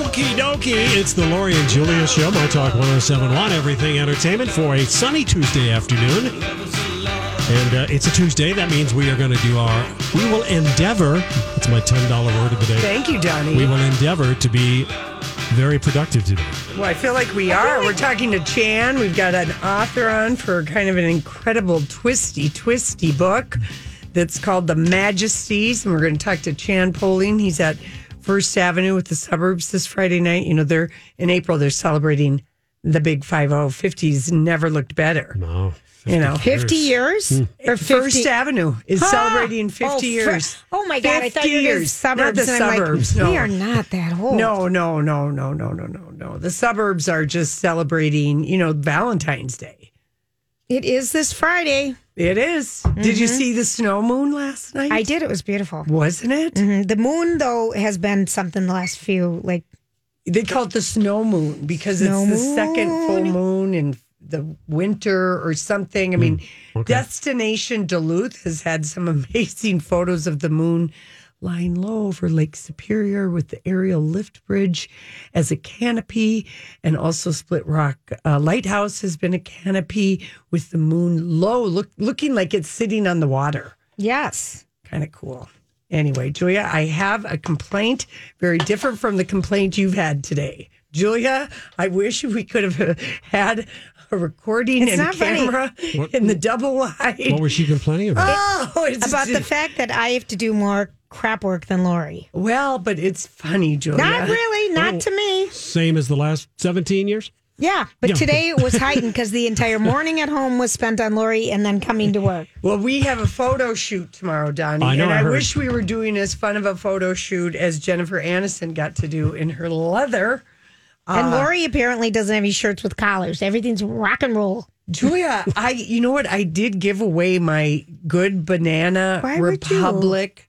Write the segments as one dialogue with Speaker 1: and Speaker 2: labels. Speaker 1: Okie dokie, it's the Lori and Julia show, My Talk 1071, Everything Entertainment, for a sunny Tuesday afternoon. And uh, it's a Tuesday. That means we are going to do our, we will endeavor, it's my $10 word of the day.
Speaker 2: Thank you, Donnie.
Speaker 1: We will endeavor to be very productive today.
Speaker 2: well, I feel like we are. We're talking to Chan. We've got an author on for kind of an incredible twisty, twisty book that's called The Majesties. And we're going to talk to Chan Poling. He's at First Avenue with the suburbs this Friday night. You know, they're in April, they're celebrating the big 5050s never looked better.
Speaker 1: No.
Speaker 2: You know,
Speaker 3: 50 years?
Speaker 2: Hmm.
Speaker 3: Or 50?
Speaker 2: First Avenue is
Speaker 3: Huh?
Speaker 2: celebrating 50
Speaker 3: Oh, fr-
Speaker 2: years.
Speaker 3: oh my God, I
Speaker 2: 50
Speaker 3: thought you were in the
Speaker 2: years. Not
Speaker 3: suburbs.
Speaker 2: the
Speaker 3: and I'm like,
Speaker 2: suburbs, no.
Speaker 3: We are not that old.
Speaker 2: No, no, no, no, no, no, no, no. The suburbs are just celebrating, you know, Valentine's Day.
Speaker 3: It is this Friday.
Speaker 2: It is. Did you see the snow moon last night?
Speaker 3: Mm-hmm. I did. It was beautiful.
Speaker 2: Wasn't it?
Speaker 3: Mhm. The moon, though, has been something the last few, like,
Speaker 2: They call it the snow moon because
Speaker 3: Snow
Speaker 2: it's the second full
Speaker 3: moon.
Speaker 2: moon in the winter or something. I mean, Destination Duluth has had some amazing photos of the moon lying low over Lake Superior with the aerial lift bridge as a canopy, and also Split Rock uh, Lighthouse has been a canopy with the moon low, look, looking like it's sitting on the water
Speaker 3: yes.
Speaker 2: kind of cool. Anyway, Julia, I have a complaint very different from the complaint you've had today. Julia, I wish we could have had a recording
Speaker 3: It's
Speaker 2: and
Speaker 3: not funny.
Speaker 2: camera in the double
Speaker 1: What
Speaker 2: wide.
Speaker 1: was she complaining about?
Speaker 2: Oh, it's
Speaker 3: About the fact that I have to do more crap work than Lori.
Speaker 2: well, but it's funny, Julia.
Speaker 3: Not really. Not
Speaker 2: Oh.
Speaker 3: to me.
Speaker 1: Same as the last 17 years?
Speaker 3: Yeah. But
Speaker 1: Yeah.
Speaker 3: today it was heightened because the entire morning at home was spent on Lori and then coming to work.
Speaker 2: Well, we have a photo shoot tomorrow, Donnie.
Speaker 1: I know,
Speaker 2: and
Speaker 1: I
Speaker 2: I,
Speaker 1: heard.
Speaker 2: wish we were doing as fun of a photo shoot as Jennifer Aniston got to do in her leather.
Speaker 3: and
Speaker 2: Ah.
Speaker 3: Lori apparently doesn't have any shirts with collars. Everything's rock and roll.
Speaker 2: Julia, I you know what? I did give away my good banana
Speaker 3: Why would you?
Speaker 2: republic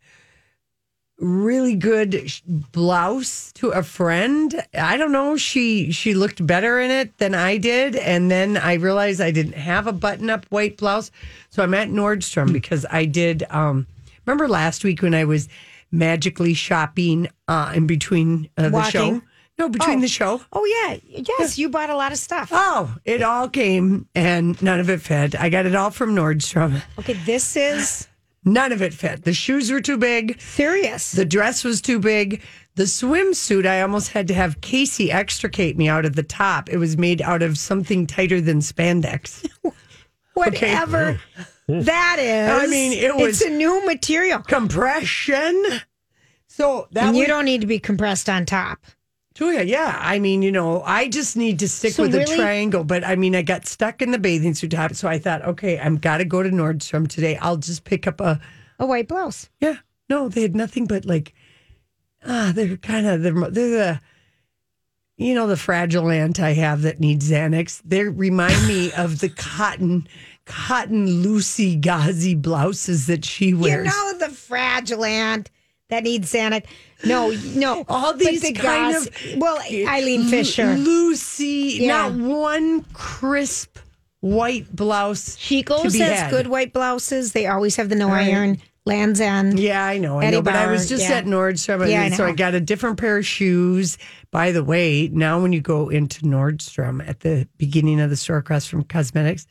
Speaker 2: really good sh- blouse to a friend. I don't know, she she looked better in it than I did and then I realized I didn't have a button-up white blouse. So I'm at Nordstrom because I did um remember last week when I was magically shopping uh in between uh, the show?
Speaker 3: Walking?
Speaker 2: No, between
Speaker 3: Oh.
Speaker 2: the show.
Speaker 3: Oh, yeah. Yes. You bought a lot of stuff.
Speaker 2: Oh, it all came and none of it fit. I got it all from Nordstrom.
Speaker 3: Okay. This is
Speaker 2: None of it fit. The shoes were too big.
Speaker 3: serious.
Speaker 2: The dress was too big. The swimsuit, I almost had to have Casey extricate me out of the top. It was made out of something tighter than spandex.
Speaker 3: whatever that is.
Speaker 2: I mean, it
Speaker 3: it's
Speaker 2: was-
Speaker 3: a new material.
Speaker 2: Compression. So that
Speaker 3: And you
Speaker 2: was-
Speaker 3: don't need to be compressed on top.
Speaker 2: Julia, yeah. I mean, you know, I just need to stick
Speaker 3: So
Speaker 2: with the
Speaker 3: really-
Speaker 2: triangle. But I mean, I got stuck in the bathing suit top. So I thought, okay, I'm got to go to Nordstrom today. I'll just pick up a
Speaker 3: A white blouse.
Speaker 2: Yeah. No, they had nothing but like, ah, they're kind of they're, they're the, you know, the fragile aunt I have that needs Xanax. They remind me of the cotton, cotton loosey gauzy blouses that she
Speaker 3: You
Speaker 2: wears.
Speaker 3: know the fragile aunt that needs Xanax. No, no.
Speaker 2: All
Speaker 3: But
Speaker 2: these
Speaker 3: the
Speaker 2: kind
Speaker 3: gauze-
Speaker 2: of
Speaker 3: well, Eileen Fisher,
Speaker 2: Lucy,
Speaker 3: Yeah.
Speaker 2: not one crisp white blouse.
Speaker 3: she
Speaker 2: to
Speaker 3: goes
Speaker 2: be
Speaker 3: has
Speaker 2: had.
Speaker 3: good white blouses. They always have the no iron. Lands end.
Speaker 2: Yeah, I know. I
Speaker 3: Eddie
Speaker 2: know, but I
Speaker 3: Bauer,
Speaker 2: was just
Speaker 3: yeah.
Speaker 2: at Nordstrom, and
Speaker 3: Yeah, I
Speaker 2: so I
Speaker 3: know.
Speaker 2: got a different pair of shoes. By the way, now when you go into Nordstrom at the beginning of the store across from cosmetics,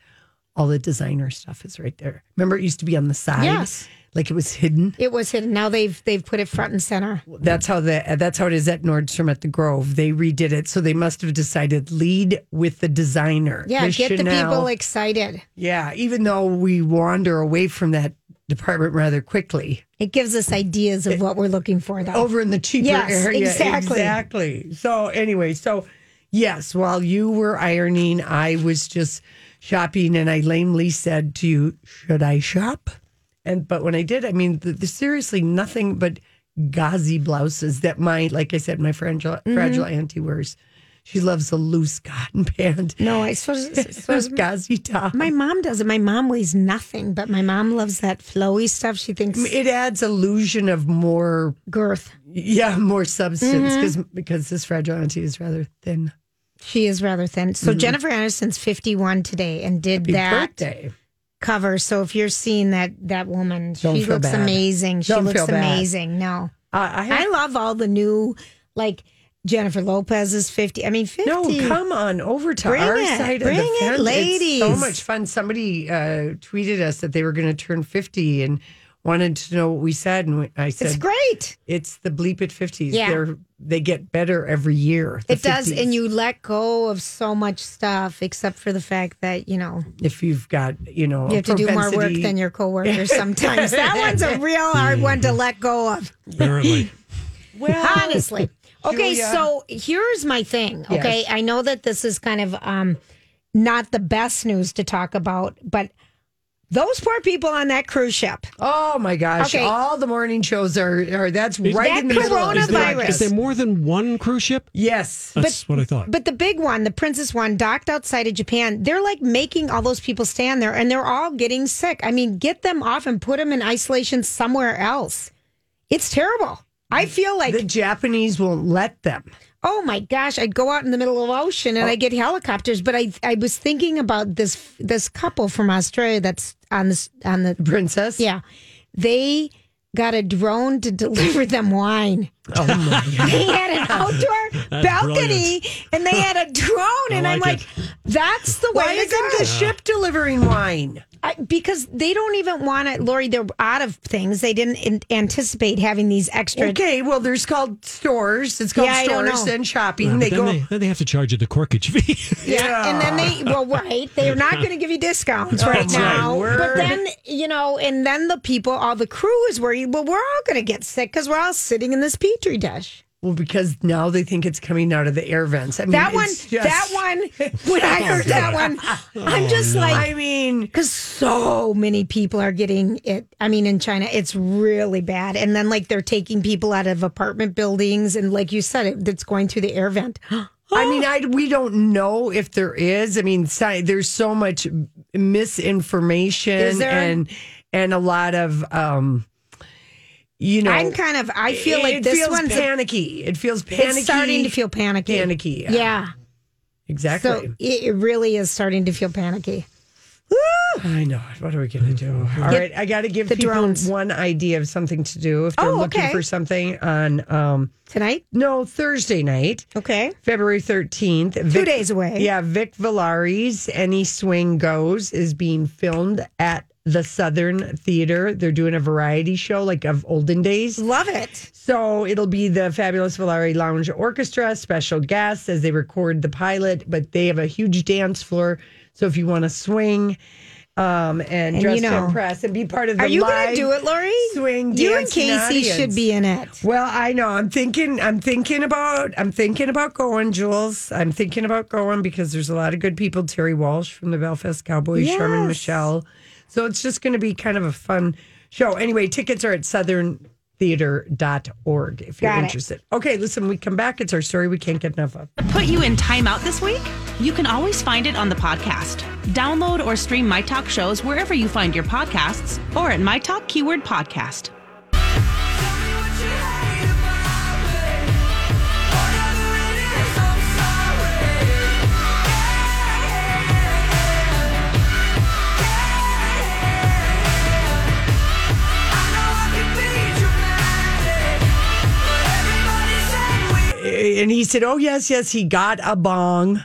Speaker 2: all the designer stuff is right there. Remember, it used to be on the side.
Speaker 3: Yes.
Speaker 2: Like it was hidden.
Speaker 3: It was hidden. Now they've they've put it front and center.
Speaker 2: That's how the that's how it is at Nordstrom at the Grove. They redid it, so they must have decided lead with the designer.
Speaker 3: Yeah, get the
Speaker 2: Chanel.
Speaker 3: people excited.
Speaker 2: Yeah, even though we wander away from that department rather quickly,
Speaker 3: It gives us ideas of what we're looking for, though.
Speaker 2: over in the cheaper
Speaker 3: Yes,
Speaker 2: area.
Speaker 3: exactly.
Speaker 2: Exactly. So anyway, so yes, while you were ironing, I was just shopping, and I lamely said to you, "Should I shop?" And but when I did, I mean, the, the, seriously, nothing but gauzy blouses that my, like I said, my fragile,
Speaker 3: Mm-hmm.
Speaker 2: fragile auntie wears. She loves a loose cotton pant,
Speaker 3: No, I suppose, suppose
Speaker 2: gauzy top.
Speaker 3: my mom doesn't. My mom weighs nothing, but my mom loves that flowy stuff. She thinks
Speaker 2: it adds illusion of more
Speaker 3: girth.
Speaker 2: Yeah, more substance
Speaker 3: Mm-hmm.
Speaker 2: because because this fragile auntie is rather thin.
Speaker 3: She is rather thin. So Jennifer Aniston's 51 today and did
Speaker 2: Mm-hmm. Happy
Speaker 3: that
Speaker 2: birthday.
Speaker 3: cover. So if you're seeing that that woman,
Speaker 2: Don't
Speaker 3: she
Speaker 2: feel
Speaker 3: looks
Speaker 2: bad.
Speaker 3: amazing. She
Speaker 2: Don't
Speaker 3: looks
Speaker 2: feel bad.
Speaker 3: amazing. No.
Speaker 2: Uh, I
Speaker 3: I
Speaker 2: have,
Speaker 3: love all the new like Jennifer Lopez is 50. I mean 50.
Speaker 2: no, come on over to
Speaker 3: Bring
Speaker 2: our
Speaker 3: it.
Speaker 2: side
Speaker 3: Bring
Speaker 2: of the
Speaker 3: it,
Speaker 2: fence. It's so
Speaker 3: ladies.
Speaker 2: much fun. Somebody uh, tweeted us that they were going to turn fifty and wanted to know what we said, and we- I said
Speaker 3: It's
Speaker 2: it's,
Speaker 3: great.
Speaker 2: the bleep at fifties.
Speaker 3: Yeah.
Speaker 2: They're they get better every year. the
Speaker 3: It does
Speaker 2: 50s.
Speaker 3: and you let go of so much stuff except for the fact that, you know,
Speaker 2: if you've got you know
Speaker 3: you
Speaker 2: a
Speaker 3: have to do more work
Speaker 2: propensity-
Speaker 3: than your coworkers sometimes. that one's a real hard one to let go of.
Speaker 1: Apparently.
Speaker 3: honestly okay
Speaker 2: Julia.
Speaker 3: so here's my thing okay
Speaker 2: Yes.
Speaker 3: i know that this is kind of um not the best news to talk about but those poor people on that cruise ship
Speaker 2: Oh my gosh!
Speaker 3: Okay.
Speaker 2: All the morning shows are are that's right
Speaker 3: That
Speaker 2: in the middle. of the
Speaker 1: Is there,
Speaker 3: Coronavirus.
Speaker 1: is there more than one cruise ship?
Speaker 2: Yes.
Speaker 1: That's what I thought.
Speaker 3: but the big one the princess one docked outside of japan they're like making all those people stand there and they're all getting sick i mean get them off and put them in isolation somewhere else it's terrible i feel like
Speaker 2: the Japanese won't let them.
Speaker 3: oh my gosh, I'd go out in the middle of the ocean
Speaker 2: Oh.
Speaker 3: and I get helicopters. But I I was thinking about this this couple from Australia that's on this on the
Speaker 2: Princess?
Speaker 3: yeah, they got a drone to deliver them wine.
Speaker 2: Oh my God.
Speaker 3: They had an outdoor
Speaker 1: That's
Speaker 3: balcony and they had a drone, and I'm
Speaker 1: like
Speaker 3: like, that's the way
Speaker 2: Why
Speaker 3: to go.
Speaker 2: isn't the ship delivering wine?
Speaker 3: I, because they don't even want to, Lori. They're out of things. They didn't an- anticipate having these extra.
Speaker 2: Okay, well, there's called stores. It's called
Speaker 3: Yeah, I don't
Speaker 2: stores
Speaker 3: know.
Speaker 2: and shopping.
Speaker 1: But
Speaker 2: they
Speaker 1: then,
Speaker 2: go.
Speaker 1: they, then they have to charge you the corkage fee.
Speaker 3: Yeah. And then they, well, right. They're not going to give you discounts right
Speaker 2: my
Speaker 3: now. But
Speaker 2: word.
Speaker 3: then, you know, and then the people, all the crew is worried, well, we're all going to get sick because we're all sitting in this petri dish.
Speaker 2: Well, because now they think it's coming out of the air vents. I mean,
Speaker 3: That one,
Speaker 2: it's just-
Speaker 3: that one, when I heard that one, I'm just
Speaker 2: I
Speaker 3: like,
Speaker 2: mean,
Speaker 3: because so many people are getting it. I mean, in China, it's really bad. And then, like, they're taking people out of apartment buildings. And, like you said, it, it's going through the air vent.
Speaker 2: I mean, I we don't know if there is. I mean, sci- there's so much
Speaker 3: Is
Speaker 2: misinformation
Speaker 3: there?
Speaker 2: and and a lot of um, you know.
Speaker 3: I'm kind of, I feel like
Speaker 2: it
Speaker 3: this
Speaker 2: feels
Speaker 3: one's a-
Speaker 2: panicky. it feels panicky.
Speaker 3: it's starting to feel panicky.
Speaker 2: panicky. Yeah,
Speaker 3: Yeah.
Speaker 2: exactly.
Speaker 3: So it, it really is starting to feel panicky.
Speaker 2: I know. What are we going to do? All right, I got to give
Speaker 3: the
Speaker 2: people
Speaker 3: drones.
Speaker 2: one idea of something to do if they're
Speaker 3: Oh,
Speaker 2: looking
Speaker 3: okay.
Speaker 2: for something on um
Speaker 3: Tonight?
Speaker 2: no Thursday night,
Speaker 3: Okay.
Speaker 2: February thirteenth.
Speaker 3: Two days away.
Speaker 2: Yeah, Vic Villari's Any Swing Goes is being filmed at the Southern Theater. They're doing a variety show like of olden days.
Speaker 3: Love it.
Speaker 2: So it'll be the fabulous Valari Lounge Orchestra, special guests as they record the pilot, but they have a huge dance floor. So if you want to swing um, and,
Speaker 3: you
Speaker 2: dress
Speaker 3: know-
Speaker 2: to impress and be part of the
Speaker 3: Are you
Speaker 2: live
Speaker 3: going to do it, Lori?
Speaker 2: swing
Speaker 3: You and
Speaker 2: dance
Speaker 3: Casey
Speaker 2: audience.
Speaker 3: should be in it.
Speaker 2: Well, I know. I'm thinking. I'm thinking about. I'm thinking about going, Jules. I'm thinking about going because there's a lot of good people. Terry Walsh from the Belfast Cowboys, Sherman
Speaker 3: Yes.
Speaker 2: Michelle. So it's just going to be kind of a fun show. Anyway, tickets are at southerntheater.org if you're
Speaker 3: Got it.
Speaker 2: interested. Okay, listen. We come back. It's our story we can't get enough of.
Speaker 4: Put you in timeout this week? You can always find it on the podcast. Download or stream My Talk shows wherever you find your podcasts or at My Talk Keyword Podcast.
Speaker 2: eh, And he said, "Oh yes, yes." He got a bong.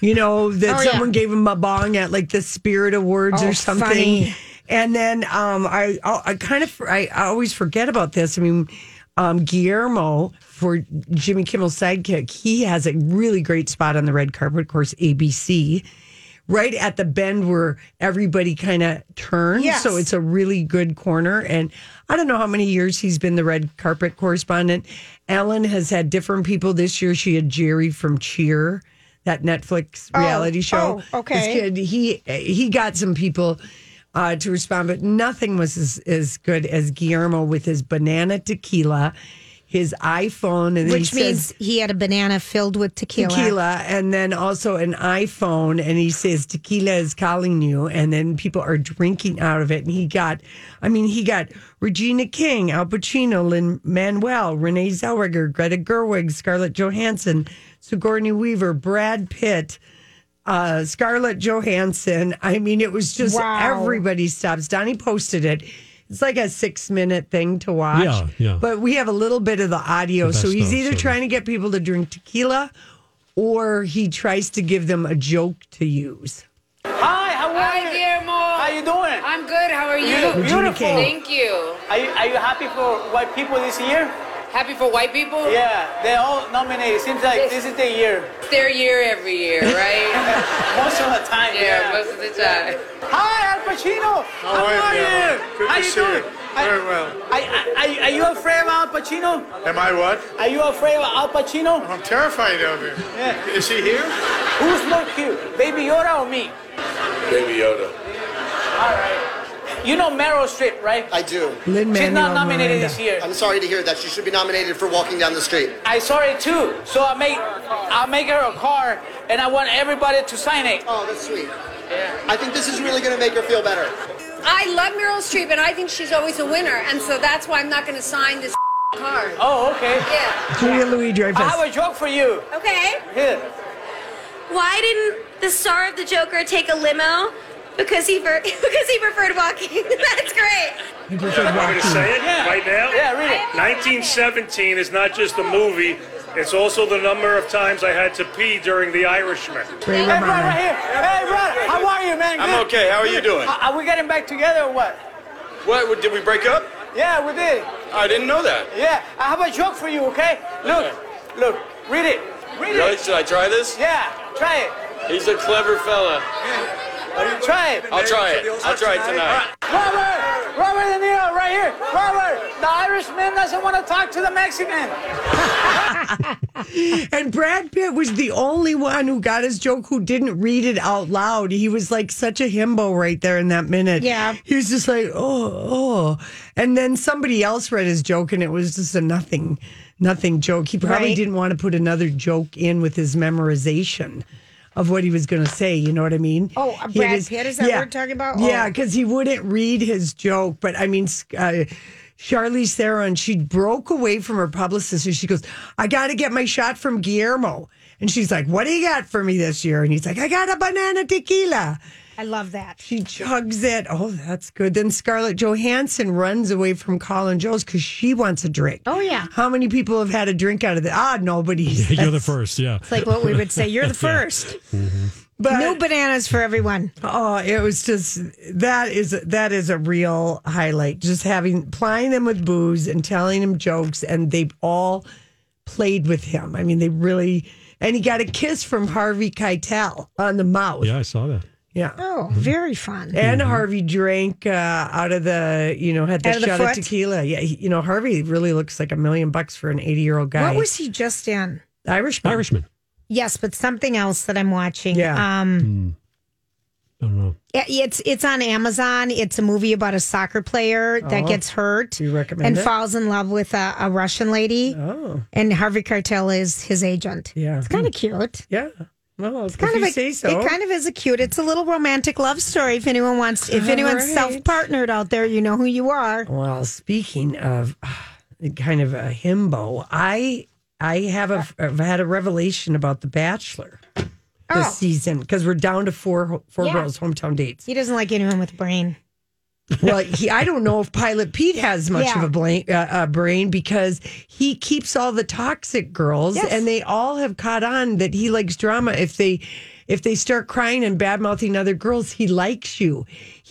Speaker 2: you know, that
Speaker 3: Oh, yeah.
Speaker 2: someone gave him a bong at like the Spirit Awards
Speaker 3: Oh,
Speaker 2: or something.
Speaker 3: funny.
Speaker 2: And then um, I, I, I kind of, I, I always forget about this. I mean, um, Guillermo for Jimmy Kimmel's sidekick, he has a really great spot on the red carpet, of course, ABC, right at the bend where everybody kind of turns.
Speaker 3: Yes.
Speaker 2: So it's a really good corner. And I don't know how many years he's been the red carpet correspondent. Ellen has had different people this year. She had Jerry from Cheer. That Netflix
Speaker 3: Oh,
Speaker 2: reality show.
Speaker 3: oh, okay.
Speaker 2: This kid, he he got some people uh, to respond, but nothing was as, as good as Guillermo with his banana tequila, his iPhone, and
Speaker 3: Which
Speaker 2: he
Speaker 3: means
Speaker 2: says
Speaker 3: he had a banana filled with tequila.
Speaker 2: tequila, and then also an iPhone, and he says tequila is calling you, and then people are drinking out of it, and he got, I mean, he got Regina King, Al Pacino, Lin Manuel, Renee Zellweger, Greta Gerwig, Scarlett Johansson, Sigourney Weaver, Brad Pitt uh, Scarlett Johansson. I mean, it was just
Speaker 3: Wow.
Speaker 2: everybody stops. Donnie posted it. It's like a six minute thing to watch.
Speaker 1: Yeah, yeah.
Speaker 2: But we have a little bit of the audio.
Speaker 1: The
Speaker 2: so
Speaker 1: best
Speaker 2: he's
Speaker 1: of,
Speaker 2: either
Speaker 1: so-
Speaker 2: trying to get people to drink tequila or he tries to give them a joke to use.
Speaker 5: Hi, how are
Speaker 6: Hi,
Speaker 5: you?
Speaker 6: Guillermo.
Speaker 5: How you doing?
Speaker 6: I'm good. How are you?
Speaker 5: You look beautiful.
Speaker 6: Thank you.
Speaker 5: Are you, are you happy for white people this year?
Speaker 6: Happy for white people?
Speaker 5: Yeah, they all nominated. Seems like this is the year.
Speaker 6: It's their year every year, right?
Speaker 5: Most of the time.
Speaker 6: yeah,
Speaker 5: Yeah.
Speaker 6: most of the time.
Speaker 5: Hi, Al Pacino. How,
Speaker 7: are you? Good
Speaker 5: how
Speaker 7: to
Speaker 5: you
Speaker 7: see you.
Speaker 5: doing? Are-
Speaker 7: Very well.
Speaker 5: Are, are, are you afraid of Al Pacino?
Speaker 7: Am I what?
Speaker 5: Are you afraid of Al Pacino?
Speaker 7: I'm terrified of him. Is he here?
Speaker 5: Who's more cute, Baby Yoda or me?
Speaker 7: Baby Yoda.
Speaker 5: All right. You know Meryl Streep, right?
Speaker 8: I do.
Speaker 2: Lin
Speaker 5: She's
Speaker 2: Manuel.
Speaker 5: not nominated this year.
Speaker 8: I'm sorry to hear that. She should be nominated for walking down the street.
Speaker 5: I saw it too, so I make I make her a card, and I want everybody to sign it.
Speaker 8: Oh, that's sweet. I think this is really going to make her feel better.
Speaker 9: I love Meryl Streep, and I think she's always a winner, and so that's why I'm not going to sign this card.
Speaker 5: Oh, okay.
Speaker 9: Yeah.
Speaker 2: Julia Louis
Speaker 5: I
Speaker 2: Dreyfus.
Speaker 5: have a joke for you.
Speaker 9: Okay.
Speaker 5: Here.
Speaker 9: Why didn't the star of the Joker take a limo? Because he ver- because he preferred walking. that's great.
Speaker 2: He preferred walking.
Speaker 7: it
Speaker 5: Yeah. right now? Yeah, read it.
Speaker 7: 1917 is not just a movie. It's also the number of times I had to pee during The Irishman.
Speaker 2: Ray
Speaker 5: Hey, brother, right
Speaker 2: Romano.
Speaker 5: here. Hey, brother, how are you, man?
Speaker 7: I'm
Speaker 5: Good?
Speaker 7: okay. How are you doing?
Speaker 5: Are are we getting back together or what?
Speaker 7: What, did we break up?
Speaker 5: Yeah, we did.
Speaker 7: I didn't know that.
Speaker 5: Yeah, I have a joke for you, okay? Look, look, read it. Read it.
Speaker 7: Should I try this?
Speaker 5: Yeah, try it.
Speaker 7: He's a clever fella.
Speaker 5: Try it.
Speaker 7: I'll try it. I'll try it tonight.
Speaker 5: Robert! Robert De Niro, right here. Robert, the Irishman doesn't want to talk to the Mexican.
Speaker 2: And Brad Pitt was the only one who got his joke who didn't read it out loud. He was like such a himbo right there in that minute.
Speaker 3: Yeah.
Speaker 2: He was just like, oh, oh. And then somebody else read his joke and it was just a nothing, nothing joke. He probably
Speaker 3: Right.
Speaker 2: didn't want to put another joke in with his memorization of what he was going to say. You know what I mean?
Speaker 3: Oh,
Speaker 2: He had
Speaker 3: Brad
Speaker 2: his-
Speaker 3: Pitt, is that what we're talking about? Oh.
Speaker 2: Yeah, because he wouldn't read his joke. But I mean, uh, Charlize Theron, she broke away from her publicist and she goes, I got to get my shot from Guillermo. And she's like, What do you got for me this year? And he's like, I got a banana tequila.
Speaker 3: I love that.
Speaker 2: She chugs it. Oh, that's good. Then Scarlett Johansson runs away from Colin Jones because she wants a drink.
Speaker 3: Oh, yeah.
Speaker 2: How many people have had a drink out of that? Ah, nobody.
Speaker 1: You're the first, yeah.
Speaker 3: It's like what we would say. You're the first.
Speaker 2: But
Speaker 3: New bananas for everyone.
Speaker 2: Oh, it was just that is that is a real highlight. Just having plying them with booze and telling them jokes, and they all played with him. I mean, they really and he got a kiss from Harvey Keitel on the mouth.
Speaker 1: Yeah, I saw that.
Speaker 2: Yeah.
Speaker 3: Oh, very fun.
Speaker 2: And Harvey drank uh, out of the, you know, had the
Speaker 3: Out of the
Speaker 2: shot of
Speaker 3: foot?
Speaker 2: tequila. Yeah, he, you know, Harvey really looks like a million bucks for an eighty-year-old guy.
Speaker 3: What was he just in?
Speaker 2: Irishman?
Speaker 1: Irishman.
Speaker 3: Yes, but something else that I'm watching.
Speaker 2: Yeah.
Speaker 3: Um,
Speaker 1: I don't know.
Speaker 3: it- it's it's on Amazon. It's a movie about a soccer player that gets hurt
Speaker 2: Oh, you recommend
Speaker 3: and
Speaker 2: it?
Speaker 3: falls in love with a, a Russian lady.
Speaker 2: Oh,
Speaker 3: And Harvey Keitel is his agent.
Speaker 2: Yeah.
Speaker 3: It's kind of cute.
Speaker 2: yeah. Well, it's
Speaker 3: Kind
Speaker 2: if
Speaker 3: of
Speaker 2: you
Speaker 3: a,
Speaker 2: say so.
Speaker 3: It kind of is a cute. It's a little romantic love story. If anyone wants, if
Speaker 2: All
Speaker 3: anyone's
Speaker 2: right.
Speaker 3: self partnered out there, you know who you are.
Speaker 2: Well, speaking of uh, kind of a himbo, I I have a, I've had a revelation about The Bachelor this
Speaker 3: Oh.
Speaker 2: season because we're down to four four
Speaker 3: Yeah.
Speaker 2: girls hometown dates.
Speaker 3: He doesn't like anyone with brain.
Speaker 2: Well, he, I don't know if Pilot Pete has much
Speaker 3: Yeah.
Speaker 2: of a, blank, uh, a brain because he keeps all the toxic girls,
Speaker 3: Yes.
Speaker 2: and they all have caught on that he likes drama. If they If they start crying and bad mouthing other girls, he likes you.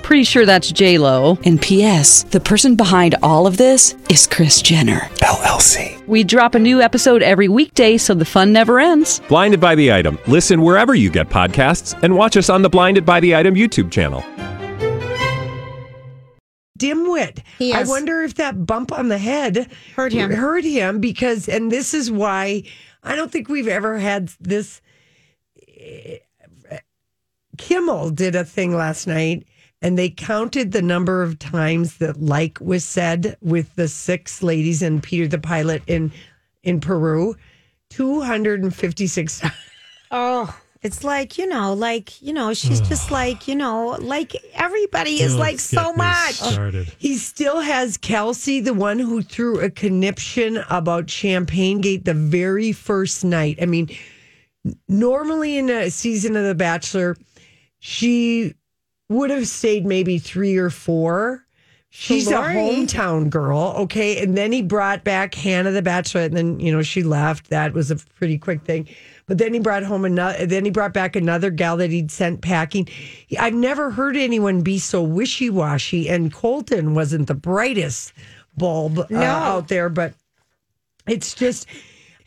Speaker 10: Pretty sure that's J Lo. And P.S. The person behind all of this is Chris Jenner LLC. We drop a new episode every weekday, so the fun never ends.
Speaker 11: Blinded by the item. Listen wherever you get podcasts, and watch us on the Blinded by the Item YouTube channel.
Speaker 2: dimwit.
Speaker 3: He
Speaker 2: I
Speaker 3: is.
Speaker 2: wonder if that bump on the head hurt
Speaker 3: him.
Speaker 2: Hurt him because, and this is why I don't think we've ever had this. eh, Kimmel did a thing last night, and they counted the number of times that "like" was said with the six ladies and Peter the pilot in in Peru. Two hundred and fifty-six.
Speaker 3: Oh, it's like, you know, like, you know, she's just like, you know, like everybody is like so much.
Speaker 2: He still has Kelsey, the one who threw a conniption about Champagne Gate the very first night. I mean, normally in a season of The Bachelor, she would have stayed maybe three or four. She's a
Speaker 3: Lori-
Speaker 2: hometown girl, okay? And then he brought back Hannah the Bachelorette, and then you know she left. That was a pretty quick thing. But then he brought home another. Then he brought back another gal that he'd sent packing. He- I've never heard anyone be so wishy washy. And Colton wasn't the brightest bulb uh,
Speaker 3: No.
Speaker 2: out there, but it's just.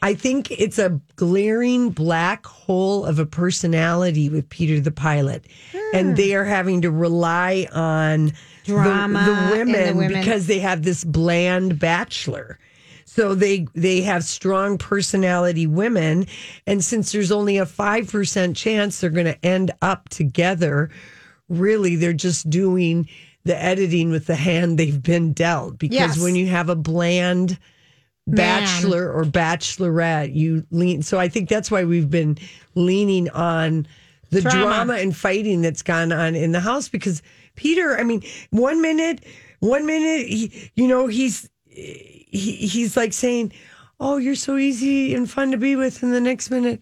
Speaker 2: I think it's a glaring black hole of a personality with Peter the pilot,
Speaker 3: Hmm.
Speaker 2: and they are having to rely on the-
Speaker 3: Drama
Speaker 2: the,
Speaker 3: and the
Speaker 2: women
Speaker 3: women.
Speaker 2: because they have this bland bachelor. So they they have strong personality women, and since there's only a five percent chance they're going to end up together, really they're just doing the editing with the hand they've been dealt. Because
Speaker 3: Yes.
Speaker 2: when you have a bland
Speaker 3: Man.
Speaker 2: bachelor or bachelorette, you lean. So I think that's why we've been leaning on the
Speaker 3: Drama.
Speaker 2: drama, and fighting that's gone on in the house because Peter, I mean, one minute, one minute, he, you know, he's he, he's like saying, "Oh, you're so easy and fun to be with," and the next minute.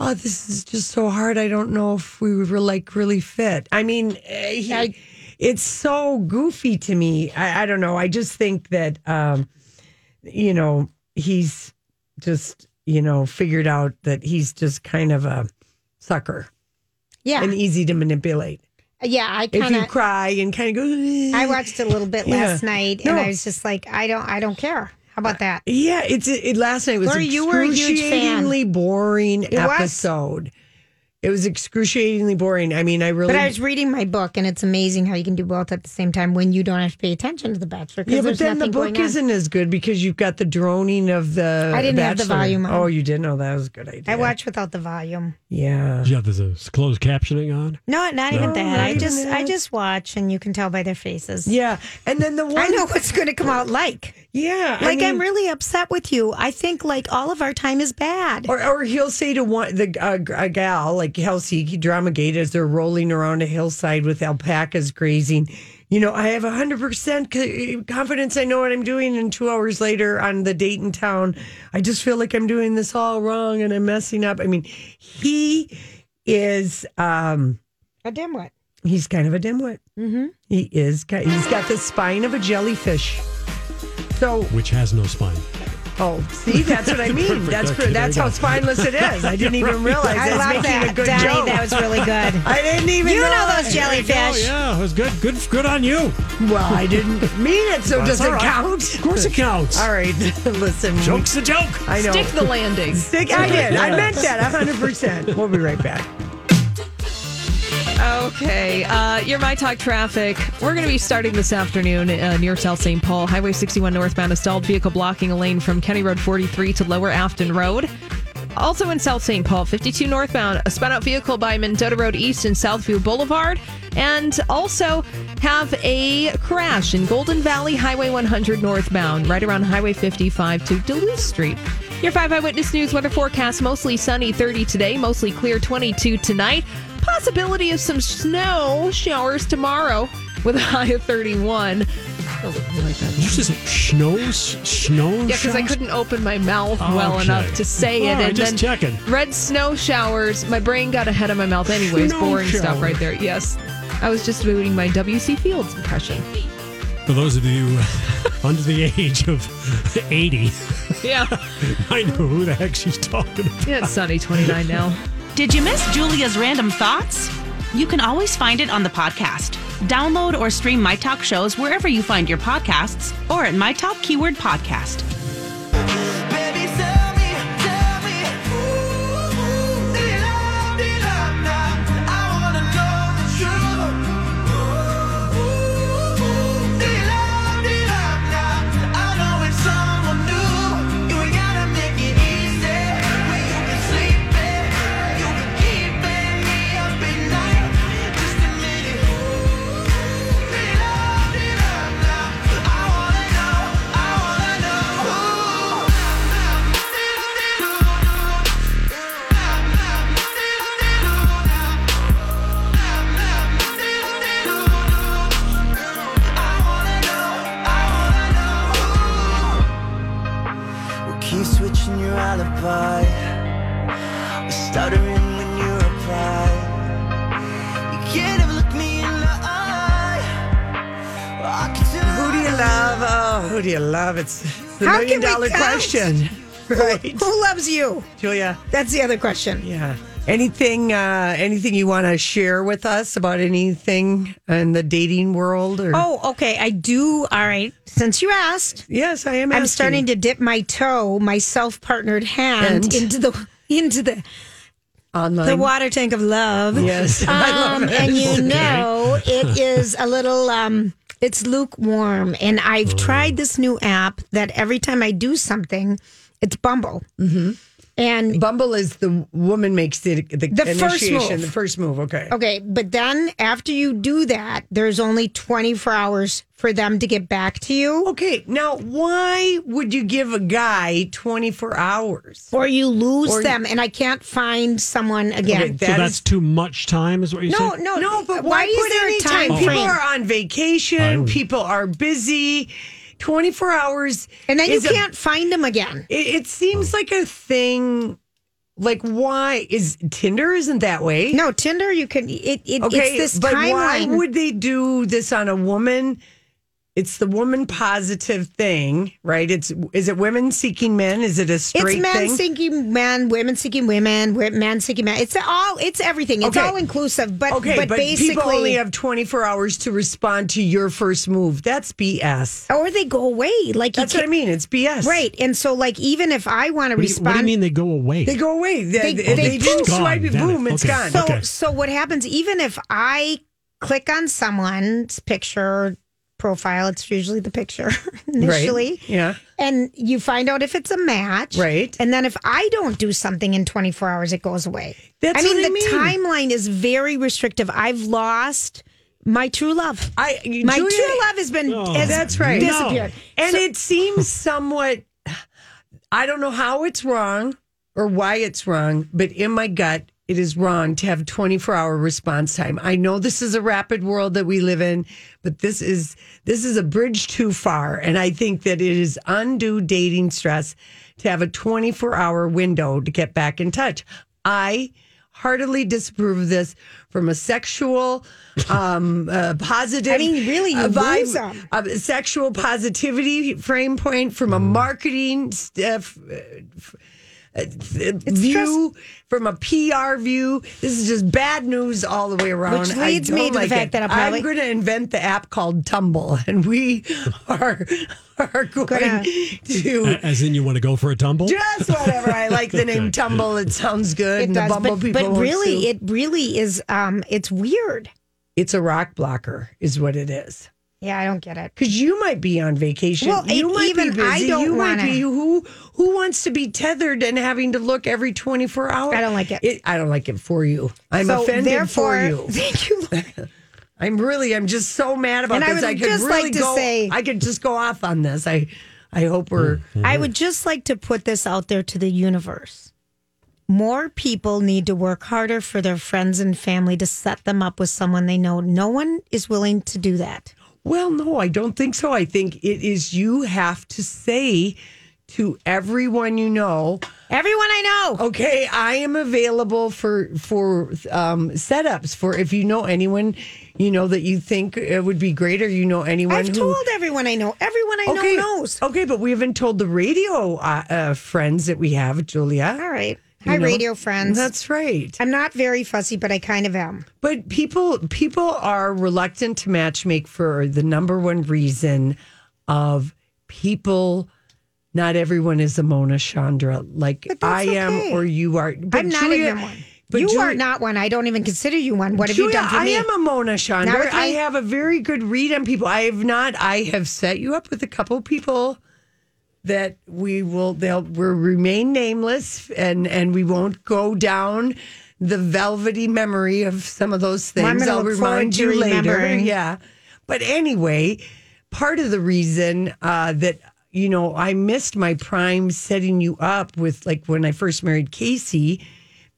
Speaker 2: Oh, this is just so hard. I don't know if we were like really fit. I mean, eh, he, it's so goofy to me. I, I don't know. I just think that um, you know, he's just, you know, figured out that he's just kind of a sucker
Speaker 3: Yeah.
Speaker 2: and easy to manipulate.
Speaker 3: yeah. I
Speaker 2: if
Speaker 3: kind
Speaker 2: you
Speaker 3: of,
Speaker 2: cry and kind of go,
Speaker 3: I watched a little bit
Speaker 2: Yeah.
Speaker 3: last night and
Speaker 2: No.
Speaker 3: I was just like, I don't, I don't care. How about that?
Speaker 2: yeah, it's it. Last night was
Speaker 3: Lori, you were a huge fan.
Speaker 2: excruciatingly boring
Speaker 3: was.
Speaker 2: episode. It was excruciatingly boring. I mean, I really.
Speaker 3: But I was reading my book, and it's amazing how you can do both at the same time when you don't have to pay attention to The Bachelor. 'cause
Speaker 2: yeah, but
Speaker 3: there's
Speaker 2: then the
Speaker 3: nothing going
Speaker 2: book
Speaker 3: on.
Speaker 2: isn't as good because you've got the droning of the.
Speaker 3: I didn't have the
Speaker 2: Bachelor.
Speaker 3: volume on.
Speaker 2: Oh, you didn't? know that was a good idea.
Speaker 3: I watch without the volume.
Speaker 2: Yeah.
Speaker 1: Yeah, there's a closed captioning on.
Speaker 3: No, not even
Speaker 1: No,
Speaker 3: that.
Speaker 1: not
Speaker 3: I
Speaker 1: even
Speaker 3: just, I
Speaker 2: that.
Speaker 3: just watch, and you can tell by their faces.
Speaker 2: Yeah, and then the one.
Speaker 3: I know what's going to come out like.
Speaker 2: Yeah, I
Speaker 3: Like
Speaker 2: mean-
Speaker 3: I'm really upset with you. I think like all of our time is bad.
Speaker 2: Or, or he'll say to one the uh, g- a gal like Helsinki Drama Gate as they're rolling around a hillside with alpacas grazing. You know, I have hundred percent confidence. I know what I'm doing. And two hours later, on the date in town, I just feel like I'm doing this all wrong and I'm messing up. I mean, he is um
Speaker 3: a dimwit.
Speaker 2: he's kind of a dimwit.
Speaker 3: Mm-hmm.
Speaker 2: He is. ki- He's got the spine of a jellyfish. So
Speaker 1: Which has no spine.
Speaker 2: Oh, see, that's what I mean.
Speaker 1: Perfect.
Speaker 2: That's
Speaker 1: Okay, there
Speaker 2: that's
Speaker 1: you
Speaker 2: how
Speaker 1: go.
Speaker 2: spineless it is. I didn't even realize.
Speaker 3: I
Speaker 2: That's
Speaker 3: love
Speaker 2: making
Speaker 3: that,
Speaker 2: a good
Speaker 3: Donnie,
Speaker 2: joke.
Speaker 3: That was really good.
Speaker 2: I didn't even.
Speaker 3: You know
Speaker 2: it.
Speaker 3: those
Speaker 1: There you go.
Speaker 3: jellyfish.
Speaker 1: Oh, Yeah, it was good. Good good on you.
Speaker 2: Well, I didn't mean it, so
Speaker 1: That's
Speaker 2: does it
Speaker 1: all right.
Speaker 2: count?
Speaker 1: Of course it counts.
Speaker 2: All right, listen.
Speaker 1: Joke's a joke.
Speaker 2: I know.
Speaker 12: Stick the landing.
Speaker 2: Stick. I did. I meant that. hundred percent. We'll be right back.
Speaker 12: Okay, uh, your My Talk traffic. We're going to be starting this afternoon uh, near South St. Paul. Highway 61 northbound, a stalled vehicle blocking a lane from County Road 43 to Lower Afton Road. Also in South St. Paul, 52 northbound, a spun out vehicle by Mendota Road East and Southview Boulevard. And also have a crash in Golden Valley Highway 100 northbound, right around Highway 55 to Duluth Street. Your 5 Eyewitness News weather forecast mostly sunny 30 today, mostly clear 22 tonight. Possibility of some snow showers tomorrow with a high of 31.
Speaker 1: You just snows, snows.
Speaker 12: Yeah, because I couldn't open my mouth
Speaker 1: Oh,
Speaker 12: well
Speaker 1: okay.
Speaker 12: enough to say it.
Speaker 1: All right,
Speaker 12: and
Speaker 1: just
Speaker 12: then
Speaker 1: checking.
Speaker 12: red snow showers. My brain got ahead of my mouth, anyways.
Speaker 1: Snow
Speaker 12: boring
Speaker 1: showers.
Speaker 12: stuff right there. Yes. I was just doing my W.C. Fields impression.
Speaker 1: For those of you under the age of 80,
Speaker 12: Yeah.
Speaker 1: I know who the heck she's talking about.
Speaker 12: Yeah, it's sunny 29 now.
Speaker 4: Did you miss Julia's random thoughts? You can always find it on the podcast. Download or stream My Talk shows wherever you find your podcasts or at My Talk Keyword Podcast.
Speaker 13: We'll keep switching your alibi. We're stuttering when you reply. You can't ever look me in the eye. I can tell
Speaker 2: Who do you love? Oh, who do you love? It's the
Speaker 3: How
Speaker 2: million
Speaker 3: can we
Speaker 2: dollar
Speaker 3: count?
Speaker 2: question. Right.
Speaker 3: Who, who loves you?
Speaker 2: Julia.
Speaker 3: That's the other question.
Speaker 2: Yeah. Anything uh anything you want to share with us about anything in the dating world or
Speaker 3: Oh, okay. I do. All right. Since you asked,
Speaker 2: yes, I am.
Speaker 3: I'm starting to dip my toe, my self-partnered hand
Speaker 2: And?
Speaker 3: into the into the
Speaker 2: online?
Speaker 3: the water tank of love.
Speaker 2: Yes, I love
Speaker 3: Um,
Speaker 2: it.
Speaker 3: and you
Speaker 2: Okay.
Speaker 3: know, it is a little, um, it's lukewarm. And I've tried this new app that every time I do something, it's Bumble. Mm-hmm. And
Speaker 2: Bumble is the woman makes the the,
Speaker 3: The first
Speaker 2: initiation,
Speaker 3: move. Oh.
Speaker 2: the first move. Okay.
Speaker 3: Okay, but then after you do that, there's only 24 hours for them to get back to you.
Speaker 2: Okay, now why would you give a guy 24 hours?
Speaker 3: Or you lose
Speaker 2: Or-
Speaker 3: them, and I can't find someone again.
Speaker 2: Okay, that
Speaker 1: so
Speaker 2: is-
Speaker 1: that's too much time, is what you're
Speaker 3: No,
Speaker 1: saying?
Speaker 3: no,
Speaker 2: No, but
Speaker 3: why
Speaker 2: why,
Speaker 3: is
Speaker 2: put
Speaker 3: there
Speaker 2: any
Speaker 3: a time
Speaker 2: time?
Speaker 3: frame?
Speaker 2: People are on vacation.
Speaker 1: I-
Speaker 2: People are busy. 24 hours.
Speaker 3: and then you
Speaker 2: is a-
Speaker 3: can't find them again.
Speaker 2: it, it seems like a thing. Like, why is Tinder isn't that way?
Speaker 3: No, Tinder, you can. It, it,
Speaker 2: Okay,
Speaker 3: it's this
Speaker 2: but why
Speaker 3: timeline.
Speaker 2: would they do this on a woman? It's the woman positive thing, right? It's is it women seeking men? Is it a straight
Speaker 3: It's men
Speaker 2: thing?
Speaker 3: seeking men, women seeking women, wi- men seeking men. It's all. It's everything. It's
Speaker 2: Okay.
Speaker 3: all inclusive. But
Speaker 2: okay,
Speaker 3: but,
Speaker 2: but, people
Speaker 3: basically,
Speaker 2: only have 24 hours to respond to your first move. That's BS.
Speaker 3: or they go away. Like you
Speaker 2: That's what I
Speaker 3: can't-
Speaker 2: mean. It's BS.
Speaker 3: Right, and so like even if I want to
Speaker 1: What do, you,
Speaker 3: respond,
Speaker 1: what do you mean they go away?
Speaker 2: They go away.
Speaker 3: They-
Speaker 2: They, they,
Speaker 3: they
Speaker 2: didn't
Speaker 3: poof.
Speaker 2: swipe it.
Speaker 1: Gone.
Speaker 2: Boom,
Speaker 1: Damn it.
Speaker 2: it's
Speaker 1: Okay.
Speaker 2: gone.
Speaker 3: So so what happens even if I click on someone's picture profile, it's usually the picture initially.
Speaker 2: Right. Yeah.
Speaker 3: And you find out if it's a match.
Speaker 2: Right.
Speaker 3: And then if I don't do something in 24 hours, it goes away.
Speaker 2: That's
Speaker 3: I mean,
Speaker 2: what I
Speaker 3: the
Speaker 2: mean.
Speaker 3: timeline is very restrictive. I've lost my true love.
Speaker 2: I
Speaker 3: my
Speaker 2: Julia-
Speaker 3: true love has been has
Speaker 2: Oh, That's right.
Speaker 3: disappeared.
Speaker 2: And it seems somewhat I don't know how it's wrong or why it's wrong, but in my gut it is wrong to have 24 hour response time. I know this is a rapid world that we live in, but this is this is a bridge too far and I think that it is undue dating stress to have a 24 hour window to get back in touch. I heartily disapprove of this from a sexual um uh, positive
Speaker 3: I mean, really, you
Speaker 2: uh,
Speaker 3: lose 'em.
Speaker 2: a sexual positivity frame point from a marketing uh, stuff view from a PR view. This is just bad news all the way around.
Speaker 3: Which
Speaker 2: I
Speaker 3: leads me
Speaker 2: don't
Speaker 3: to the fact that I'll probably-
Speaker 2: I'm going to invent the app called Tumble, and we are are going
Speaker 3: Gonna-
Speaker 2: to.
Speaker 1: A- As in, you want to go for a tumble?
Speaker 2: Just whatever. I like the name
Speaker 1: Okay.
Speaker 2: Tumble. It sounds good.
Speaker 3: It
Speaker 2: and the
Speaker 3: does,
Speaker 2: Bumble
Speaker 3: but,
Speaker 2: people
Speaker 3: but
Speaker 2: won't
Speaker 3: really,
Speaker 2: sue.
Speaker 3: it really is. Um, it's weird.
Speaker 2: it's a rock blocker, is what it is.
Speaker 3: Yeah, I don't get it.
Speaker 2: Because you might be on vacation.
Speaker 3: Well,
Speaker 2: you
Speaker 3: e-
Speaker 2: might
Speaker 3: even
Speaker 2: be busy.
Speaker 3: I don't
Speaker 2: you might
Speaker 3: wanna-
Speaker 2: be who who wants to be tethered and having to look every twenty four hours.
Speaker 3: I don't like it.
Speaker 2: I don't like it for you. I'm
Speaker 3: So,
Speaker 2: offended for
Speaker 3: therefore-
Speaker 2: you. Thank you. I'm really. I'm just so mad about
Speaker 3: And I
Speaker 2: this.
Speaker 3: would
Speaker 2: could
Speaker 3: just
Speaker 2: really
Speaker 3: like to
Speaker 2: go,
Speaker 3: say-
Speaker 2: I could just go off on this. I I hope we're.
Speaker 3: I would just like to put this out there to the universe. More people need to work harder for their friends and family to set them up with someone they know. No one is willing to do that.
Speaker 2: Well, no, I don't think so. I think it is you have to say to everyone you know,
Speaker 3: everyone I
Speaker 2: know, okay, I am available for for um, setups for if you know anyone, you know that you think it would be great, or you know anyone.
Speaker 3: I've
Speaker 2: who,
Speaker 3: told everyone I know. Everyone I
Speaker 2: okay,
Speaker 3: know knows.
Speaker 2: Okay, but we haven't told the radio uh, uh, friends that we have, Julia.
Speaker 3: All right.
Speaker 2: You
Speaker 3: Hi,
Speaker 2: know?
Speaker 3: radio friends.
Speaker 2: That's right.
Speaker 3: I'm not very fussy, but I kind of am.
Speaker 2: But people people are reluctant to matchmake for the number one reason of people. Not everyone is a Mona Chandra like I
Speaker 3: okay.
Speaker 2: am or you are. But
Speaker 3: I'm not
Speaker 2: Julia-
Speaker 3: even one.
Speaker 2: but
Speaker 3: you
Speaker 2: Julia-
Speaker 3: are not one. I don't even consider you one. What have you
Speaker 2: Julia,
Speaker 3: done for me?
Speaker 2: I am a Mona Chandra.
Speaker 3: Not with me.
Speaker 2: I have a very good read on people. I have not. I have set you up with a couple people that we will. They'll will remain nameless, and and we won't go down the velvety memory of some of those
Speaker 3: Well, I'm
Speaker 2: things.
Speaker 3: gonna
Speaker 2: I'll
Speaker 3: look forward
Speaker 2: remind
Speaker 3: to
Speaker 2: you later.
Speaker 3: remembering.
Speaker 2: Yeah. But anyway, part of the reason uh, that you know I missed my prime setting you up with like when I first married Casey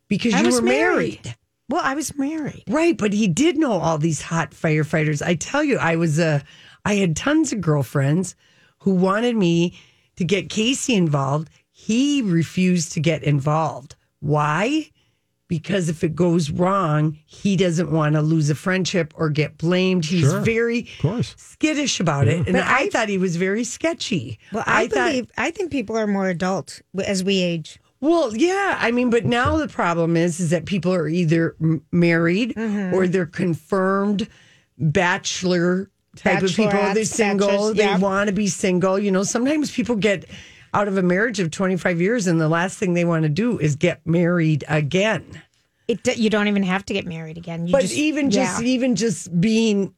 Speaker 2: because
Speaker 3: I
Speaker 2: you
Speaker 3: was
Speaker 2: were married.
Speaker 3: Well, I was married.
Speaker 2: Right, but he did know all these hot firefighters. I tell you, I was a I had tons of girlfriends who wanted me to get Casey involved. He refused to get involved. Why? Because if it goes wrong, he doesn't want to lose a friendship or get blamed. He's
Speaker 1: Sure.
Speaker 2: very
Speaker 1: Of course.
Speaker 2: skittish about it. And
Speaker 3: But
Speaker 2: I, thought he was very sketchy.
Speaker 3: Well, I,
Speaker 2: thought-
Speaker 3: believe I think people are more adult w- as we age.
Speaker 2: well, yeah, I mean, but now the problem is is that people are either m- married
Speaker 3: Mm-hmm.
Speaker 2: or they're confirmed bachelor type of people. They're
Speaker 3: Bachelorettes,
Speaker 2: single.
Speaker 3: bachelors, yeah.
Speaker 2: They want to be single. You know, sometimes people get out of a marriage of 25 years and the last thing they want to do is get married again.
Speaker 3: It d- you don't even have to get married again. You
Speaker 2: but
Speaker 3: just,
Speaker 2: even just
Speaker 3: yeah.
Speaker 2: even just being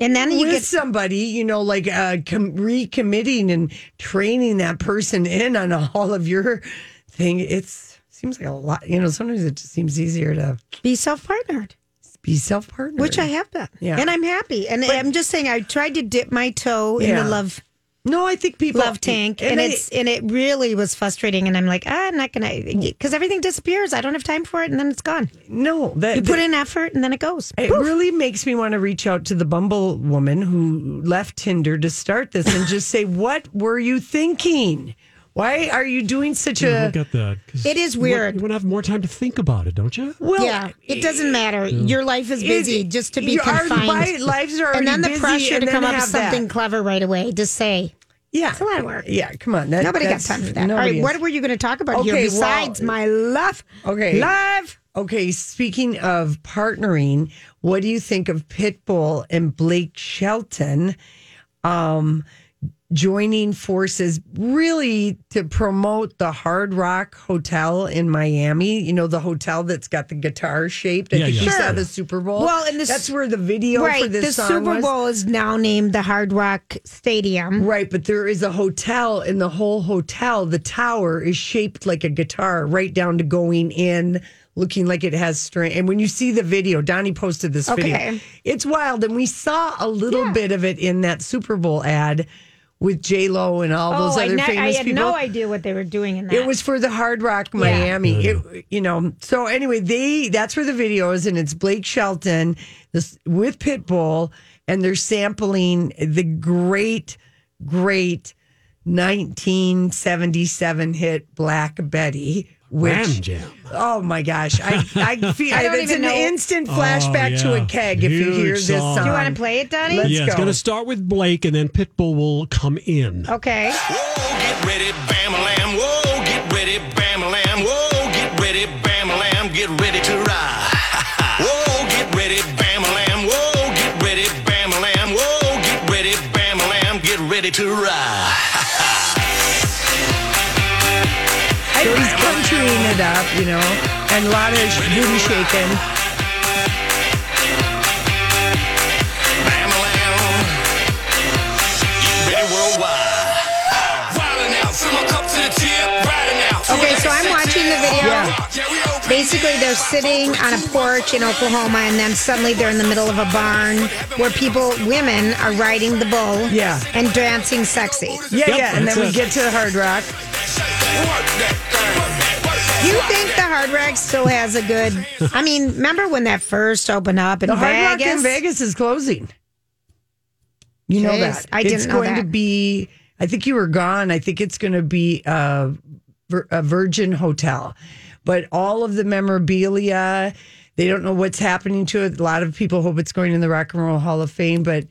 Speaker 3: and then you
Speaker 2: with
Speaker 3: get
Speaker 2: somebody, you know, like uh, com- recommitting and training that person in on all of your thing. It's seems like a lot, you know. Sometimes it just seems easier to
Speaker 3: be self partnered,
Speaker 2: be self partnered,
Speaker 3: which I have been,
Speaker 2: Yeah.
Speaker 3: and I'm happy. And I'm just saying, I tried to dip my toe in
Speaker 2: Yeah.
Speaker 3: the love
Speaker 2: No, I think people
Speaker 3: love tank, and,
Speaker 2: I-
Speaker 3: it's and it really was frustrating. And I'm like, ah, I'm not gonna because everything disappears. I don't have time for it, and then it's gone.
Speaker 2: no that
Speaker 3: You put
Speaker 2: that-
Speaker 3: in effort, and then it goes.
Speaker 2: It
Speaker 3: Poof.
Speaker 2: really makes me want to reach out to the Bumble woman who left Tinder to start this and just say, "What were you thinking? Why are you doing such
Speaker 1: I
Speaker 2: a?"
Speaker 1: get that. 'cause
Speaker 3: It is
Speaker 1: you
Speaker 3: weird.
Speaker 1: Want, you want to have more time to think about it, don't you?
Speaker 2: Well, Mm.
Speaker 3: yeah, it doesn't matter. Your life is busy.
Speaker 2: It-
Speaker 3: just to be
Speaker 2: your- our
Speaker 3: confined,
Speaker 2: bi- lives are
Speaker 3: and then the
Speaker 2: already busy
Speaker 3: pressure
Speaker 2: and
Speaker 3: to
Speaker 2: then
Speaker 3: come up with
Speaker 2: have that.
Speaker 3: something clever right away. Just say
Speaker 2: Yeah,
Speaker 3: it's a lot of work.
Speaker 2: Yeah, come on. That,
Speaker 3: Nobody got
Speaker 2: that's-
Speaker 3: time for that. All
Speaker 2: nobody
Speaker 3: right,
Speaker 2: is.
Speaker 3: what were you going to talk about here
Speaker 2: Okay, well-
Speaker 3: besides my love?
Speaker 2: Okay.
Speaker 3: love.
Speaker 2: Okay, speaking of partnering, what do you think of Pitbull and Blake Shelton um, joining forces really to promote the Hard Rock Hotel in Miami? You know, the hotel that's got the guitar shaped. I
Speaker 1: Yeah,
Speaker 2: think
Speaker 1: yeah.
Speaker 2: you
Speaker 1: Sure.
Speaker 2: saw the Super Bowl.
Speaker 3: Well, and this-
Speaker 2: that's where the video for
Speaker 3: Right,
Speaker 2: this
Speaker 3: the
Speaker 2: song
Speaker 3: Super
Speaker 2: was.
Speaker 3: Bowl is now named the Hard Rock Stadium.
Speaker 2: Right, but there is a hotel, and the whole hotel, the tower is shaped like a guitar, right down to going in, looking like it has string. And when you see the video, Donnie posted this video.
Speaker 3: Okay.
Speaker 2: It's wild, and we saw a little bit of it in that Super Bowl ad with J Lo and all those
Speaker 3: oh, I,
Speaker 2: other
Speaker 3: ne- I
Speaker 2: famous
Speaker 3: had
Speaker 2: people.
Speaker 3: no idea what they were doing in that.
Speaker 2: It was for the Hard Rock Miami. It, you know. So anyway, they that's where the video is, and it's Blake Shelton this, with Pitbull, and they're sampling the great, great 1977 hit Black Betty. Which,
Speaker 1: Ram jam.
Speaker 2: oh my gosh, I, I feel
Speaker 3: I don't
Speaker 2: it's an
Speaker 3: even know.
Speaker 2: instant flashback to
Speaker 1: Oh, yeah.
Speaker 2: a keg if you
Speaker 1: Huge
Speaker 2: hear this
Speaker 1: song.
Speaker 2: song.
Speaker 1: Do
Speaker 3: you want to play it, Donnie?
Speaker 2: Let's
Speaker 1: yeah, it's
Speaker 2: go. Oh,
Speaker 1: going to start with Blake, and then Pitbull will come in.
Speaker 3: okay.
Speaker 5: Whoa, get ready, bam lamb. Whoa, get ready, bam lamb. Whoa, get ready, bam lamb. Get ready to ride. Whoa, get ready, bam lamb. Whoa, get ready, bam lamb. Whoa, get ready, bam lamb. Get ready to ride.
Speaker 2: So he's countrying it up, you know, and a lot of booty shaking.
Speaker 5: Bam lamb.
Speaker 3: basically they're sitting on a porch in Oklahoma, and then suddenly they're in the middle of a barn where people, women, are riding the bull, yeah, and dancing sexy.
Speaker 2: Yeah, yeah, and then we get to the Hard Rock.
Speaker 3: You think the Hard Rock still has a good? I mean, remember when that first opened up in
Speaker 2: The Hard
Speaker 3: Vegas?
Speaker 2: Rock in Vegas is closing. You know
Speaker 3: Jeez,
Speaker 2: that
Speaker 3: I
Speaker 2: it's
Speaker 3: didn't know
Speaker 2: going to
Speaker 3: that.
Speaker 2: be. I think you were gone. I think it's going to be a, vir- a Virgin Hotel, but all of the memorabilia. They don't know what's happening to it. A lot of people hope it's going in the Rock and Roll Hall of Fame, but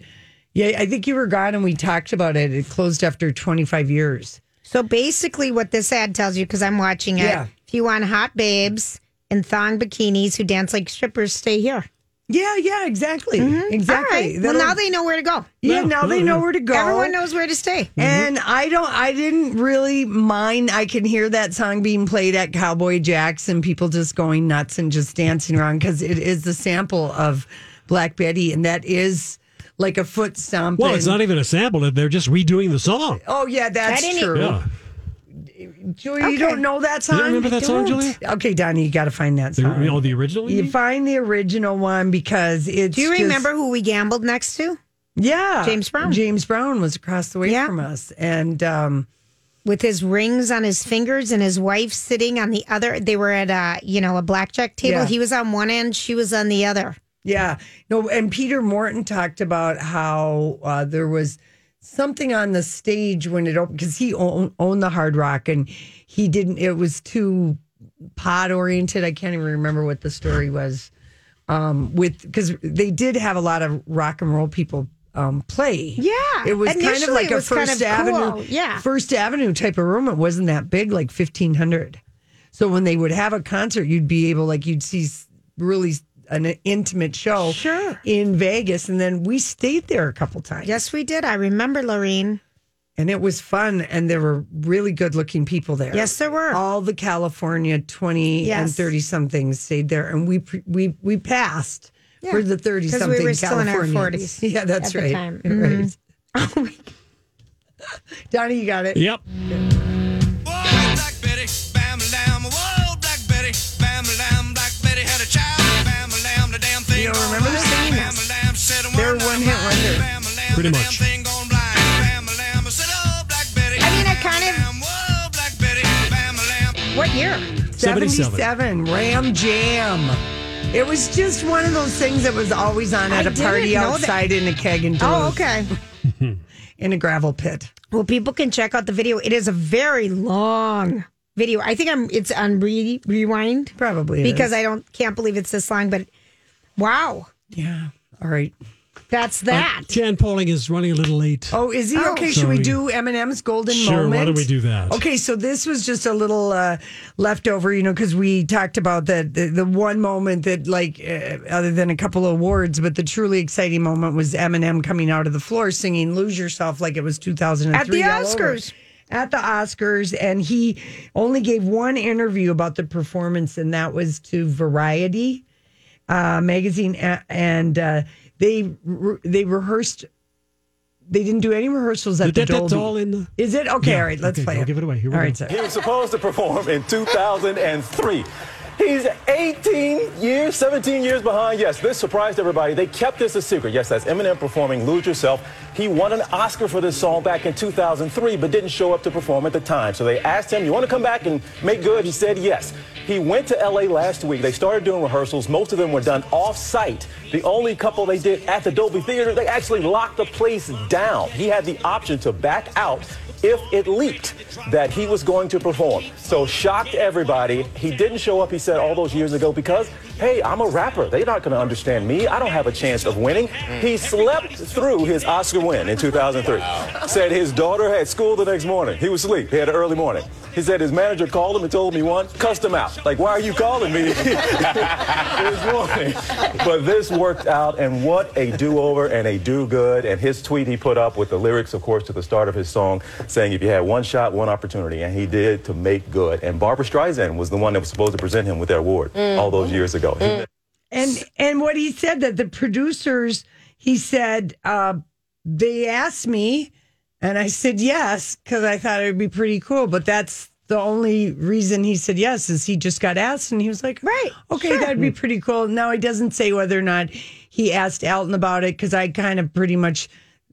Speaker 2: yeah, I think you were gone and we talked about it. It closed after 25 years.
Speaker 3: So basically, what this ad tells you, because I'm watching it,
Speaker 2: Yeah.
Speaker 3: if you want hot babes in thong bikinis who dance like strippers, stay here.
Speaker 2: Yeah, yeah, exactly. Exactly.
Speaker 3: Mm-hmm. All right. Well,
Speaker 2: That'll-
Speaker 3: now they know where to go.
Speaker 2: Yeah, now they know where to go.
Speaker 3: Everyone knows where to stay.
Speaker 1: Mm-hmm.
Speaker 2: And I don't, I didn't really mind. I can hear that song being played at Cowboy Jacks and people just going nuts and just dancing around because it is the sample of Black Betty, and that is like a foot stomp.
Speaker 1: Well, it's
Speaker 2: and-
Speaker 1: not even a sample. They're just redoing the song.
Speaker 2: Oh yeah,
Speaker 3: I
Speaker 2: that's
Speaker 3: didn't
Speaker 2: true.
Speaker 1: Yeah.
Speaker 2: Julia, you don't know that
Speaker 1: You
Speaker 2: song?
Speaker 1: don't remember that
Speaker 2: I
Speaker 1: song,
Speaker 2: don't.
Speaker 1: Julia?
Speaker 2: Okay, Donnie, you got to find that
Speaker 1: The,
Speaker 2: song.
Speaker 1: oh, the original? you
Speaker 2: you
Speaker 1: mean?
Speaker 2: find the original one because it's.
Speaker 3: Do you
Speaker 2: just-
Speaker 3: remember who we gambled next to?
Speaker 2: Yeah,
Speaker 3: James Brown.
Speaker 2: James Brown was across the way from us, and um,
Speaker 3: With his rings on his fingers and his wife sitting on the other. They were at a, you know, a blackjack table.
Speaker 2: Yeah.
Speaker 3: He was on one end, she was on the other.
Speaker 2: Yeah. No, and Peter Morton talked about how uh, there was something on the stage when it opened because he own, owned the Hard Rock and he didn't, it was too pod oriented. I can't even remember what the story was um, with because they did have a lot of rock and roll people um, play.
Speaker 3: Yeah.
Speaker 2: It was kind of
Speaker 3: Initially,
Speaker 2: like
Speaker 3: it
Speaker 2: a
Speaker 3: was kind
Speaker 2: First
Speaker 3: of
Speaker 2: Avenue,
Speaker 3: cool. Yeah.
Speaker 2: First Avenue type of room. It wasn't that big, like fifteen hundred. So when they would have a concert, you'd be able, like, you'd see s- really s- an intimate show, sure, in Vegas. And then we stayed there a couple times.
Speaker 3: Yes, we did. I remember Lorene.
Speaker 2: And it was fun, and there were really good looking people there.
Speaker 3: Yes, there were.
Speaker 2: all the California twenty and
Speaker 3: Yes.
Speaker 2: thirty somethings stayed there, and we pre- we we passed
Speaker 3: Yeah,
Speaker 2: for the thirty
Speaker 3: 'cause we
Speaker 2: something
Speaker 3: were still in our 40s
Speaker 2: Yeah, that's
Speaker 3: at the
Speaker 2: right.
Speaker 3: time.
Speaker 2: Right.
Speaker 3: Mhm.
Speaker 2: Donnie, you got it.
Speaker 1: Yep.
Speaker 2: You don't remember the singing this? They're one hit wonder.
Speaker 1: Pretty much.
Speaker 3: I mean, I kind of. What year?
Speaker 1: 77.
Speaker 2: 77 Ram Jam. It was just one of those things that was always on at
Speaker 3: I
Speaker 2: a party
Speaker 3: didn't know that.
Speaker 2: outside in a keg and
Speaker 3: Oh, okay.
Speaker 2: in a gravel pit.
Speaker 3: Well, people can check out the video. It is a very long video. I think I'm. It's on re- rewind
Speaker 2: Probably it
Speaker 3: because
Speaker 2: is.
Speaker 3: I don't can't believe it's this long. But wow,
Speaker 2: Yeah. All right.
Speaker 3: that's that.
Speaker 1: Jan Pauling is running a little late.
Speaker 2: Oh, is he
Speaker 3: Oh.
Speaker 2: okay?
Speaker 1: So
Speaker 2: Should we
Speaker 1: we-
Speaker 2: do Eminem's Golden
Speaker 1: Sure,
Speaker 2: Moment?
Speaker 1: why don't we do that?
Speaker 2: Okay, so this was just a little uh, leftover, you know, because we talked about the, the the one moment that, like, uh, other than a couple of awards, but the truly exciting moment was Eminem coming out of the floor singing "Lose Yourself" like it was 2003
Speaker 3: At the
Speaker 2: all over.
Speaker 3: Oscars.
Speaker 2: At the Oscars, and he only gave one interview about the performance, and that was to Variety uh, magazine, a- and uh, they re- they rehearsed. They didn't do any rehearsals at
Speaker 1: That-
Speaker 2: the
Speaker 1: that- that's
Speaker 2: Dolby.
Speaker 1: all in the-
Speaker 2: Is it okay?
Speaker 1: Yeah.
Speaker 2: All right, let's
Speaker 1: Okay,
Speaker 2: play.
Speaker 1: I'll
Speaker 2: it.
Speaker 1: give it away. Here we
Speaker 2: all
Speaker 1: go.
Speaker 2: right, so
Speaker 14: He was supposed to perform in 2003. He's 18 years, 17 years behind. Yes, this surprised everybody. They kept this a secret. Yes, that's Eminem performing Lose Yourself. He won an Oscar for this song back in 2003, but didn't show up to perform at the time. So they asked him, You want to come back and make good? He said yes. He went to LA last week. They started doing rehearsals. Most of them were done off site. The only couple they did at the Dolby Theater, they actually locked the place down. He had the option to back out if it leaked that he was going to perform. So shocked everybody. He didn't show up, he said, all those years ago because, hey, I'm a rapper. They're not going to understand me. I don't have a chance of winning. He slept through his Oscar win in 2003. Said his daughter had school the next morning. He was asleep. He had an early morning. He said his manager called him and told him he won. Cussed him out. Like, why are you calling me this morning? But this worked out, and what a do-over and a do-good. And his tweet he put up with the lyrics, of course, to the start of his song, saying, "If you had one shot, one opportunity," and he did to make good. And Barbara Streisand was the one that was supposed to present him with their award all those years ago. He
Speaker 2: and and what he said that the producers, he said uh, they asked me, and I said yes because I thought it would be pretty cool. But that's the only reason he said yes is he just got asked, and he was like, "Right, okay, that'd be pretty cool." Now he doesn't say whether or not he asked Alton about it because I kind of pretty much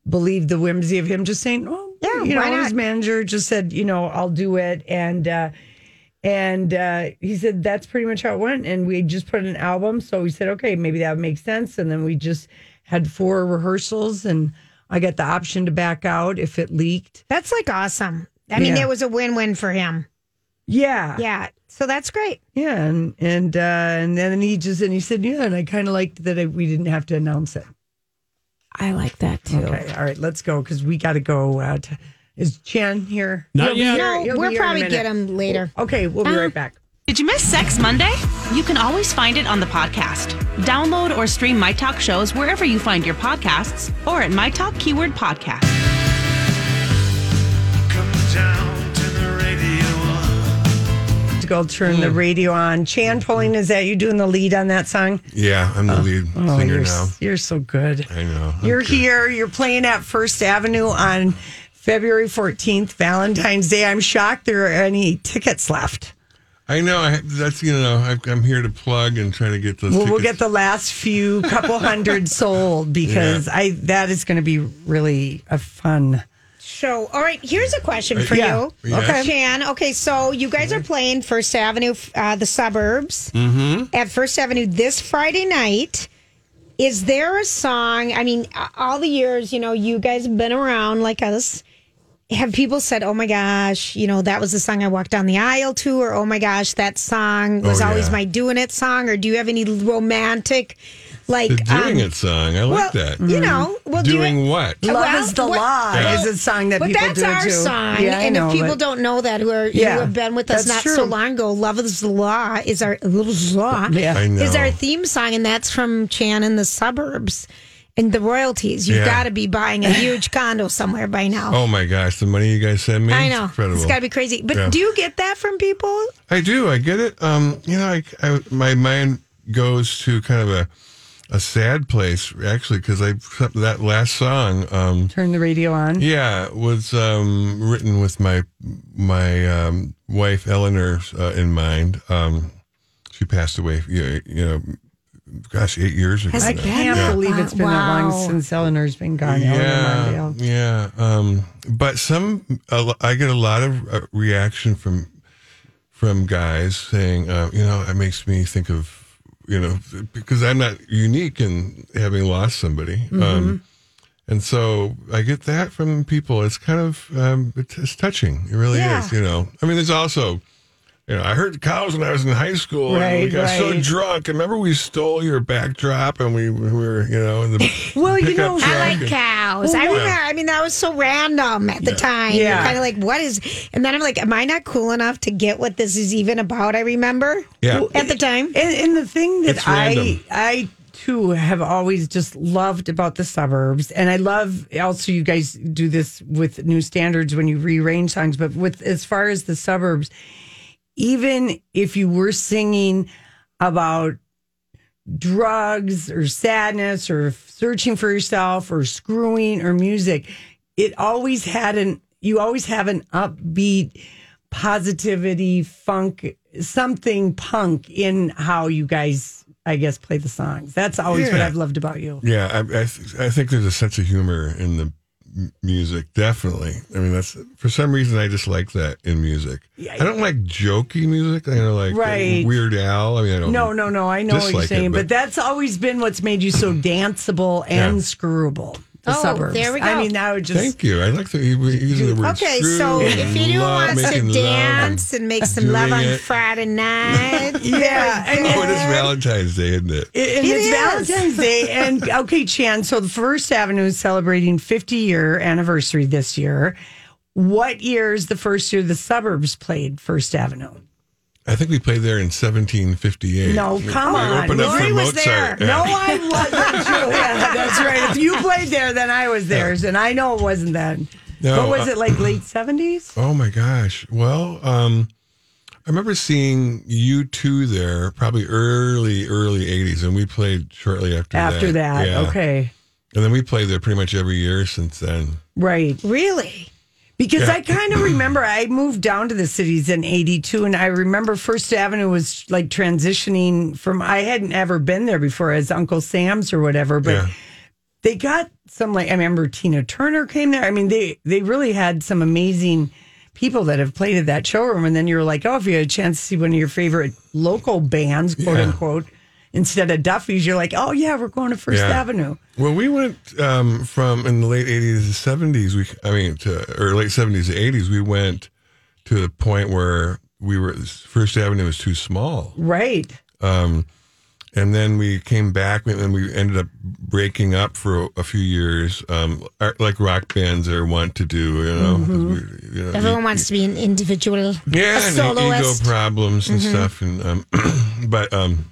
Speaker 2: believed the whimsy of him just saying, "Oh, yeah, you know,
Speaker 3: why
Speaker 2: his
Speaker 3: not?
Speaker 2: manager just said, you know, I'll do it," and uh, and uh, he said that's pretty much how it went. And we just put an album, so we said, "Okay, maybe that would make sense." And then we just had four rehearsals, and I got the option to back out if it leaked.
Speaker 3: That's like awesome. I mean,
Speaker 2: Yeah. Ah.
Speaker 3: it was a win-win for him.
Speaker 2: Yeah.
Speaker 3: Yeah. So that's great.
Speaker 2: Yeah, and and uh, and then he just and he said, yeah, and I kind of liked that I, we didn't have to announce it.
Speaker 3: I like that too.
Speaker 2: Okay, all right, let's go because we got to go. Uh, to, is Chan here?
Speaker 4: Not
Speaker 2: He'll be
Speaker 4: yet.
Speaker 2: here-
Speaker 4: No,
Speaker 2: he'll be
Speaker 4: we'll
Speaker 2: here in a
Speaker 4: probably
Speaker 2: minute.
Speaker 4: get him later.
Speaker 2: Okay, we'll be
Speaker 4: Uh,
Speaker 2: right back.
Speaker 4: Did you miss Sex Monday? You can always find it on the podcast. Download or stream My Talk shows wherever you find your podcasts or at My Talk Keyword Podcast.
Speaker 5: Down to the radio.
Speaker 2: To go turn
Speaker 15: Hmm.
Speaker 2: the radio on. Chan, Pauline, is that you doing the lead on that song?
Speaker 15: Yeah, I'm the lead
Speaker 2: oh,
Speaker 15: singer
Speaker 2: you're
Speaker 15: now.
Speaker 2: s- You're so good.
Speaker 15: I know.
Speaker 2: You're here. You're playing at First Avenue on February 14th, Valentine's Day. I'm shocked there are any tickets left.
Speaker 15: I know. I, that's you know. I, I'm here to plug and try to get those.
Speaker 2: Well, we'll
Speaker 15: tickets.
Speaker 2: get the last few couple hundred sold because
Speaker 15: Yeah.
Speaker 2: I that is going to be really a fun.
Speaker 3: So, all right, here's a question
Speaker 2: Uh,
Speaker 3: for
Speaker 2: yeah.
Speaker 3: you,
Speaker 2: Yes. Okay.
Speaker 3: Jan. Okay, so you guys are playing First Avenue, uh, the suburbs,
Speaker 5: Mm-hmm.
Speaker 3: at First Avenue this Friday night. Is there a song? I mean, a- all the years, you know, you guys have been around like us. Have people said, "Oh my gosh, you know, that was the song I walked down the aisle to," or "Oh my gosh, that song was
Speaker 15: Oh,
Speaker 3: always
Speaker 15: yeah.
Speaker 3: my doing it song"? Or do you have any romantic, like
Speaker 15: the doing
Speaker 3: um,
Speaker 15: it song. I like
Speaker 3: well,
Speaker 15: that. Mm-hmm.
Speaker 3: you know, well, do
Speaker 15: doing
Speaker 3: it-
Speaker 15: what?
Speaker 2: Love is the law
Speaker 15: Yeah.
Speaker 2: is a song that
Speaker 3: but
Speaker 2: people
Speaker 3: that's
Speaker 2: do
Speaker 3: our
Speaker 2: too.
Speaker 3: song.
Speaker 2: Yeah, I
Speaker 3: and
Speaker 2: know,
Speaker 3: if people
Speaker 2: but-
Speaker 3: don't know that, who are
Speaker 2: Yeah,
Speaker 3: who have been with us
Speaker 2: that's
Speaker 3: not
Speaker 2: true.
Speaker 3: so long ago, "Love Is the Law" is our law
Speaker 2: Yeah. I
Speaker 3: is
Speaker 2: know.
Speaker 3: our theme song, and that's from Chan in the suburbs. And the royalties, you've
Speaker 15: Yeah.
Speaker 3: got to be buying a huge condo somewhere by now.
Speaker 15: Oh my gosh, the money you guys send me.
Speaker 3: I
Speaker 15: is
Speaker 3: know
Speaker 15: incredible.
Speaker 3: it's got to be crazy. But
Speaker 15: Yeah.
Speaker 3: do you get that from people?
Speaker 15: I do. I get it. Um, you know, I, I my mind goes to kind of a a sad place actually because I that last song. Um,
Speaker 2: Turn the radio on.
Speaker 15: Yeah, was um, written with my my um, wife Eleanor uh, in mind. Um, she passed away. You you know, gosh, eight years ago.
Speaker 2: I
Speaker 15: now.
Speaker 2: can't
Speaker 15: Yeah.
Speaker 2: believe it's been that
Speaker 3: Wow.
Speaker 2: long since Eleanor's been gone. Eleanor
Speaker 15: Yeah,
Speaker 2: Mondale.
Speaker 15: yeah. Um, but some, a lo- I get a lot of uh, reaction from from guys saying, uh, you know, it makes me think of, you know, because I'm not unique in having lost somebody. Um, and so I get that from people. It's kind of um, it's, it's touching. It really
Speaker 5: Yeah.
Speaker 15: is. You know, I mean, there's also. You know, I heard cows when I was in high school, and we
Speaker 5: Right,
Speaker 15: got so
Speaker 5: right.
Speaker 15: drunk. And remember, we stole your backdrop, and we, we were, you know, in the
Speaker 2: well,
Speaker 15: you know,
Speaker 3: I like cows. I
Speaker 15: Well,
Speaker 3: remember.
Speaker 15: yeah.
Speaker 3: I mean, that was so random at the time.
Speaker 15: Yeah.
Speaker 3: kind of like what is? And then I'm like, am I not cool enough to get what this is even about? I remember.
Speaker 15: Yeah.
Speaker 3: At the time, and,
Speaker 2: and the thing
Speaker 3: that
Speaker 2: that I I too have always just loved about the suburbs, and I love also you guys do this with new standards when you rearrange songs, but with as far as the suburbs, even if you were singing about drugs or sadness or searching for yourself or screwing or music, it always had an you always have an upbeat positivity funk something punk in how you guys I guess play the songs. That's always what
Speaker 15: Yeah.
Speaker 2: I've loved about you.
Speaker 15: Yeah, I, I, th- I think there's a sense of humor in the m- music. Definitely. I mean, that's for some reason I just like that in music. I don't like jokey music. I know, like
Speaker 2: Right.
Speaker 15: Weird Al. I mean, I don't.
Speaker 2: No, no, no. I know what you're
Speaker 15: dislike it,
Speaker 2: saying, but,
Speaker 15: but-
Speaker 2: that's always been what's made you so danceable and
Speaker 15: Yeah.
Speaker 2: screwable. The
Speaker 3: Oh,
Speaker 2: suburbs.
Speaker 3: there we go.
Speaker 2: I mean, that would just
Speaker 15: Thank you. I like the you- you use the word.
Speaker 3: Okay, so
Speaker 15: screw and
Speaker 3: if anyone
Speaker 15: love,
Speaker 3: wants
Speaker 15: making
Speaker 3: to
Speaker 15: love
Speaker 3: dance and make some love
Speaker 15: doing
Speaker 3: on
Speaker 15: it.
Speaker 3: Friday night,
Speaker 2: Yeah,
Speaker 3: there we
Speaker 15: and-
Speaker 3: go.
Speaker 15: oh, it is Valentine's Day, isn't it?
Speaker 2: It, and
Speaker 3: It
Speaker 2: it's
Speaker 3: is.
Speaker 2: Valentine's Day. And okay, Chan, so the First Avenue is celebrating 50 year anniversary this year. What year is the first year the suburbs played First Avenue?
Speaker 15: I think we played there in 1758.
Speaker 2: No,
Speaker 15: We-
Speaker 2: come
Speaker 15: we
Speaker 2: on.
Speaker 15: opened up for Mozart. Yeah.
Speaker 2: No, I wasn't. Julia. That's right. If you played there, then I was theirs. And I know it wasn't then.
Speaker 15: No,
Speaker 2: what was
Speaker 15: uh,
Speaker 2: it like late 70s?
Speaker 15: Oh my gosh. Well, um, I remember seeing you two there probably early, early 80s, and we played shortly after that.
Speaker 2: After that.
Speaker 15: Yeah.
Speaker 2: Okay.
Speaker 15: And then we played there pretty much every year since then.
Speaker 2: Right.
Speaker 3: Really?
Speaker 2: Because
Speaker 15: Yeah.
Speaker 2: I kind of remember I moved down to the cities in 82 and I remember First Avenue was like transitioning from I hadn't ever been there before as Uncle Sam's or whatever, but
Speaker 15: Yeah.
Speaker 2: they got some like I remember Tina Turner came there. I mean they they really had some amazing people that have played at that showroom and then you're like, "Oh, if you had a chance to see one of your favorite local bands, quote
Speaker 15: Yeah.
Speaker 2: unquote, instead of Duffy's, you're like, "Oh yeah, we're going to First
Speaker 15: Yeah.
Speaker 2: Avenue."
Speaker 15: Well, we went um, from in the late '80s to '70s. We, I mean, to, or late '70s to '80s, we went to the point where we were First Avenue was too small,
Speaker 2: Right.
Speaker 15: um, and then we came back, and then we ended up breaking up for a, a few years, um, ar- like rock bands are want to do, you know. 'cause we- you know,
Speaker 3: Everyone
Speaker 15: you-
Speaker 3: wants to be an individual,
Speaker 15: yeah,
Speaker 3: a
Speaker 15: and e- ego
Speaker 3: soloist.
Speaker 15: problems and
Speaker 3: Mhm.
Speaker 15: stuff, and um, but um,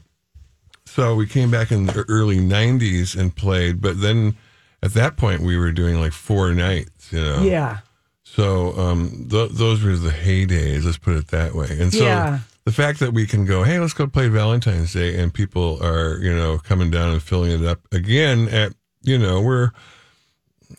Speaker 15: so we came back in the early '90s and played, but then at that point we were doing like four nights, you know.
Speaker 2: Yeah.
Speaker 15: So um, th- those were the heydays. Let's put it that way. And so
Speaker 2: Yeah.
Speaker 15: the fact that we can go, hey, let's go play Valentine's Day, and people are you know coming down and filling it up again at you know we're.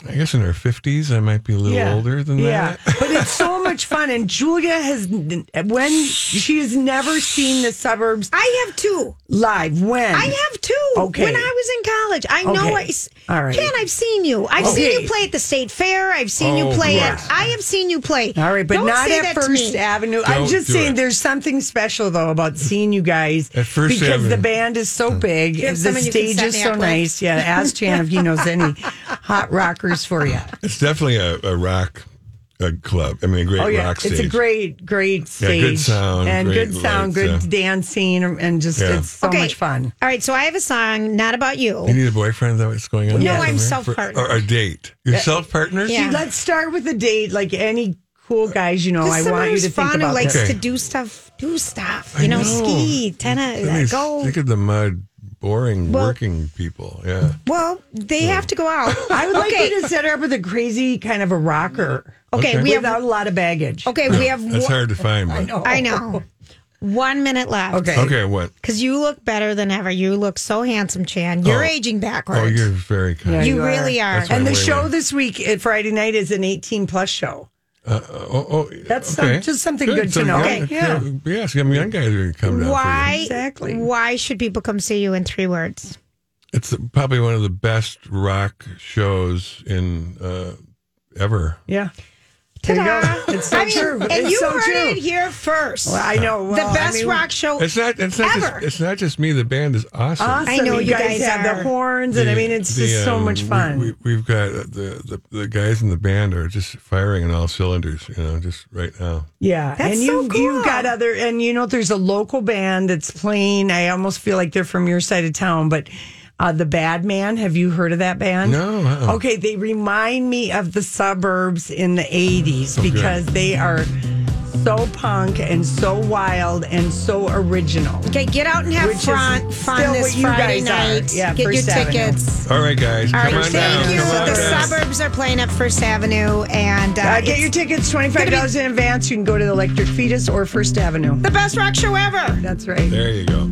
Speaker 15: I guess in our fifties, I might be a little older than
Speaker 2: yeah.
Speaker 15: that.
Speaker 2: but it's so much fun. And Julia has, when she has never seen the suburbs.
Speaker 3: I have two.
Speaker 2: Live. When?
Speaker 3: I have two.
Speaker 2: Okay.
Speaker 3: When I was in college, I know. I
Speaker 2: Okay.
Speaker 3: s-
Speaker 2: All right.
Speaker 3: Ken, I've seen you. I've seen
Speaker 2: Okay.
Speaker 3: you play at the state fair. I've seen
Speaker 2: Oh,
Speaker 3: you play
Speaker 2: right.
Speaker 3: at. I have seen you play.
Speaker 2: All right, but
Speaker 3: Don't
Speaker 2: not
Speaker 3: say
Speaker 2: at
Speaker 3: that to
Speaker 2: First
Speaker 3: me.
Speaker 2: Avenue. I'm
Speaker 15: Don't
Speaker 2: just
Speaker 15: do
Speaker 2: saying
Speaker 15: it.
Speaker 2: there's something special though about seeing you guys
Speaker 15: At First
Speaker 2: because the
Speaker 15: Avenue.
Speaker 2: band is so big.
Speaker 3: You have
Speaker 2: The
Speaker 3: someone you can
Speaker 2: stage
Speaker 3: set
Speaker 2: is
Speaker 3: me
Speaker 2: so
Speaker 3: up with.
Speaker 2: nice. Yeah, ask Chan if he knows any hot rockers for you.
Speaker 15: It's definitely a, a rock a club. I mean, a great
Speaker 2: oh yeah,
Speaker 15: rock stage.
Speaker 2: it's a great, great
Speaker 15: Yeah,
Speaker 2: stage.
Speaker 15: good sound,
Speaker 2: and
Speaker 15: great
Speaker 2: good sound,
Speaker 15: lights,
Speaker 2: good dancing, and just
Speaker 15: Yeah.
Speaker 2: it's so
Speaker 3: Okay.
Speaker 2: much fun.
Speaker 3: All right, so I have a song not about you.
Speaker 15: You need a boyfriend? Is that what's going on?
Speaker 3: No,
Speaker 15: here
Speaker 3: I'm
Speaker 15: somewhere? For-
Speaker 3: self-partnered.
Speaker 15: Or a date. You're self partnered?
Speaker 3: Yeah.
Speaker 2: Let's start with a date, like any cool guys you know.
Speaker 3: Just
Speaker 2: I
Speaker 3: someone
Speaker 2: want you
Speaker 3: who's
Speaker 2: to think
Speaker 3: fun
Speaker 2: about
Speaker 3: who likes
Speaker 2: this.
Speaker 3: to do stuff, do stuff.
Speaker 15: I
Speaker 3: You know,
Speaker 15: know.
Speaker 3: ski, tennis, go.
Speaker 15: Think of the mud, boring,
Speaker 3: Well-
Speaker 15: working people. Yeah.
Speaker 3: Well, they have to go out.
Speaker 2: I would like
Speaker 3: okay.
Speaker 2: you to set her up with a crazy kind of a rocker.
Speaker 3: Okay,
Speaker 15: Okay.
Speaker 3: we have.
Speaker 2: without a lot of baggage.
Speaker 3: Okay, we have.
Speaker 15: That's
Speaker 3: one-
Speaker 15: hard to find. But.
Speaker 2: I know.
Speaker 3: I know. One minute left.
Speaker 15: Okay, what?
Speaker 3: Because you look better than ever. You look so handsome, Chan. You're
Speaker 15: Oh.
Speaker 3: aging backwards.
Speaker 15: Oh, you're very kind.
Speaker 3: You you are. really are. That's
Speaker 2: And
Speaker 15: right,
Speaker 2: the
Speaker 15: wait,
Speaker 2: show
Speaker 15: wait.
Speaker 2: this week at Friday night is an 18 plus show.
Speaker 15: Uh, oh, oh,
Speaker 2: That's some-
Speaker 15: okay.
Speaker 2: just something good to
Speaker 15: Some
Speaker 2: know.
Speaker 15: young-
Speaker 2: Okay, yeah.
Speaker 15: Yeah, some young guys are going to come down. For
Speaker 3: why
Speaker 15: you.
Speaker 2: Exactly.
Speaker 3: Why should people come see you in three words?
Speaker 15: It's probably one of the best rock shows in uh, ever.
Speaker 2: Yeah. There you go.
Speaker 3: Ta-da.
Speaker 2: It's so
Speaker 3: I mean,
Speaker 2: true.
Speaker 3: And
Speaker 2: it's
Speaker 3: you
Speaker 2: so
Speaker 3: heard
Speaker 2: true.
Speaker 3: it here first.
Speaker 2: Well, I know.
Speaker 3: the
Speaker 2: Well, I
Speaker 3: best
Speaker 2: mean,
Speaker 3: rock show.
Speaker 15: It's not. It's not.
Speaker 3: Oh, Ever. Uh-huh.
Speaker 15: Just, it's not just me. The band is awesome.
Speaker 2: Awesome.
Speaker 3: I know you guys
Speaker 2: have
Speaker 3: are.
Speaker 2: the horns, and I
Speaker 15: The-
Speaker 2: mean, it's
Speaker 15: the,
Speaker 2: just so
Speaker 15: um,
Speaker 2: much
Speaker 15: we-
Speaker 2: fun.
Speaker 15: We, we've got uh, the, the the guys in the band are just firing on all cylinders. You know, just right now.
Speaker 2: yeah,
Speaker 3: That's
Speaker 2: and
Speaker 3: so
Speaker 2: you you
Speaker 3: cool.
Speaker 2: got other, and you know, there's a local band that's playing. I almost feel like they're from your side of town, but uh, the Bad Man. Have you heard of that band?
Speaker 15: No. uh-uh.
Speaker 2: Okay, they remind me of the suburbs in the 80s because they are so punk and so wild and so original.
Speaker 3: Okay, get out and have
Speaker 2: Which is
Speaker 3: fun,
Speaker 2: still
Speaker 3: fun this
Speaker 2: what you
Speaker 3: Friday
Speaker 2: guys are.
Speaker 3: night.
Speaker 2: Yeah,
Speaker 3: Get your
Speaker 2: First Avenue.
Speaker 3: tickets.
Speaker 15: All right, guys.
Speaker 3: All
Speaker 15: come
Speaker 3: right,
Speaker 15: on down.
Speaker 3: thank you.
Speaker 15: Come on
Speaker 3: The
Speaker 15: down.
Speaker 3: suburbs are playing at First Avenue, and uh,
Speaker 2: Uh, get
Speaker 3: it's
Speaker 2: your tickets $25 in advance. You can go to the Electric Fetus or First Avenue.
Speaker 3: the best rock show ever.
Speaker 2: That's right.
Speaker 15: There you go.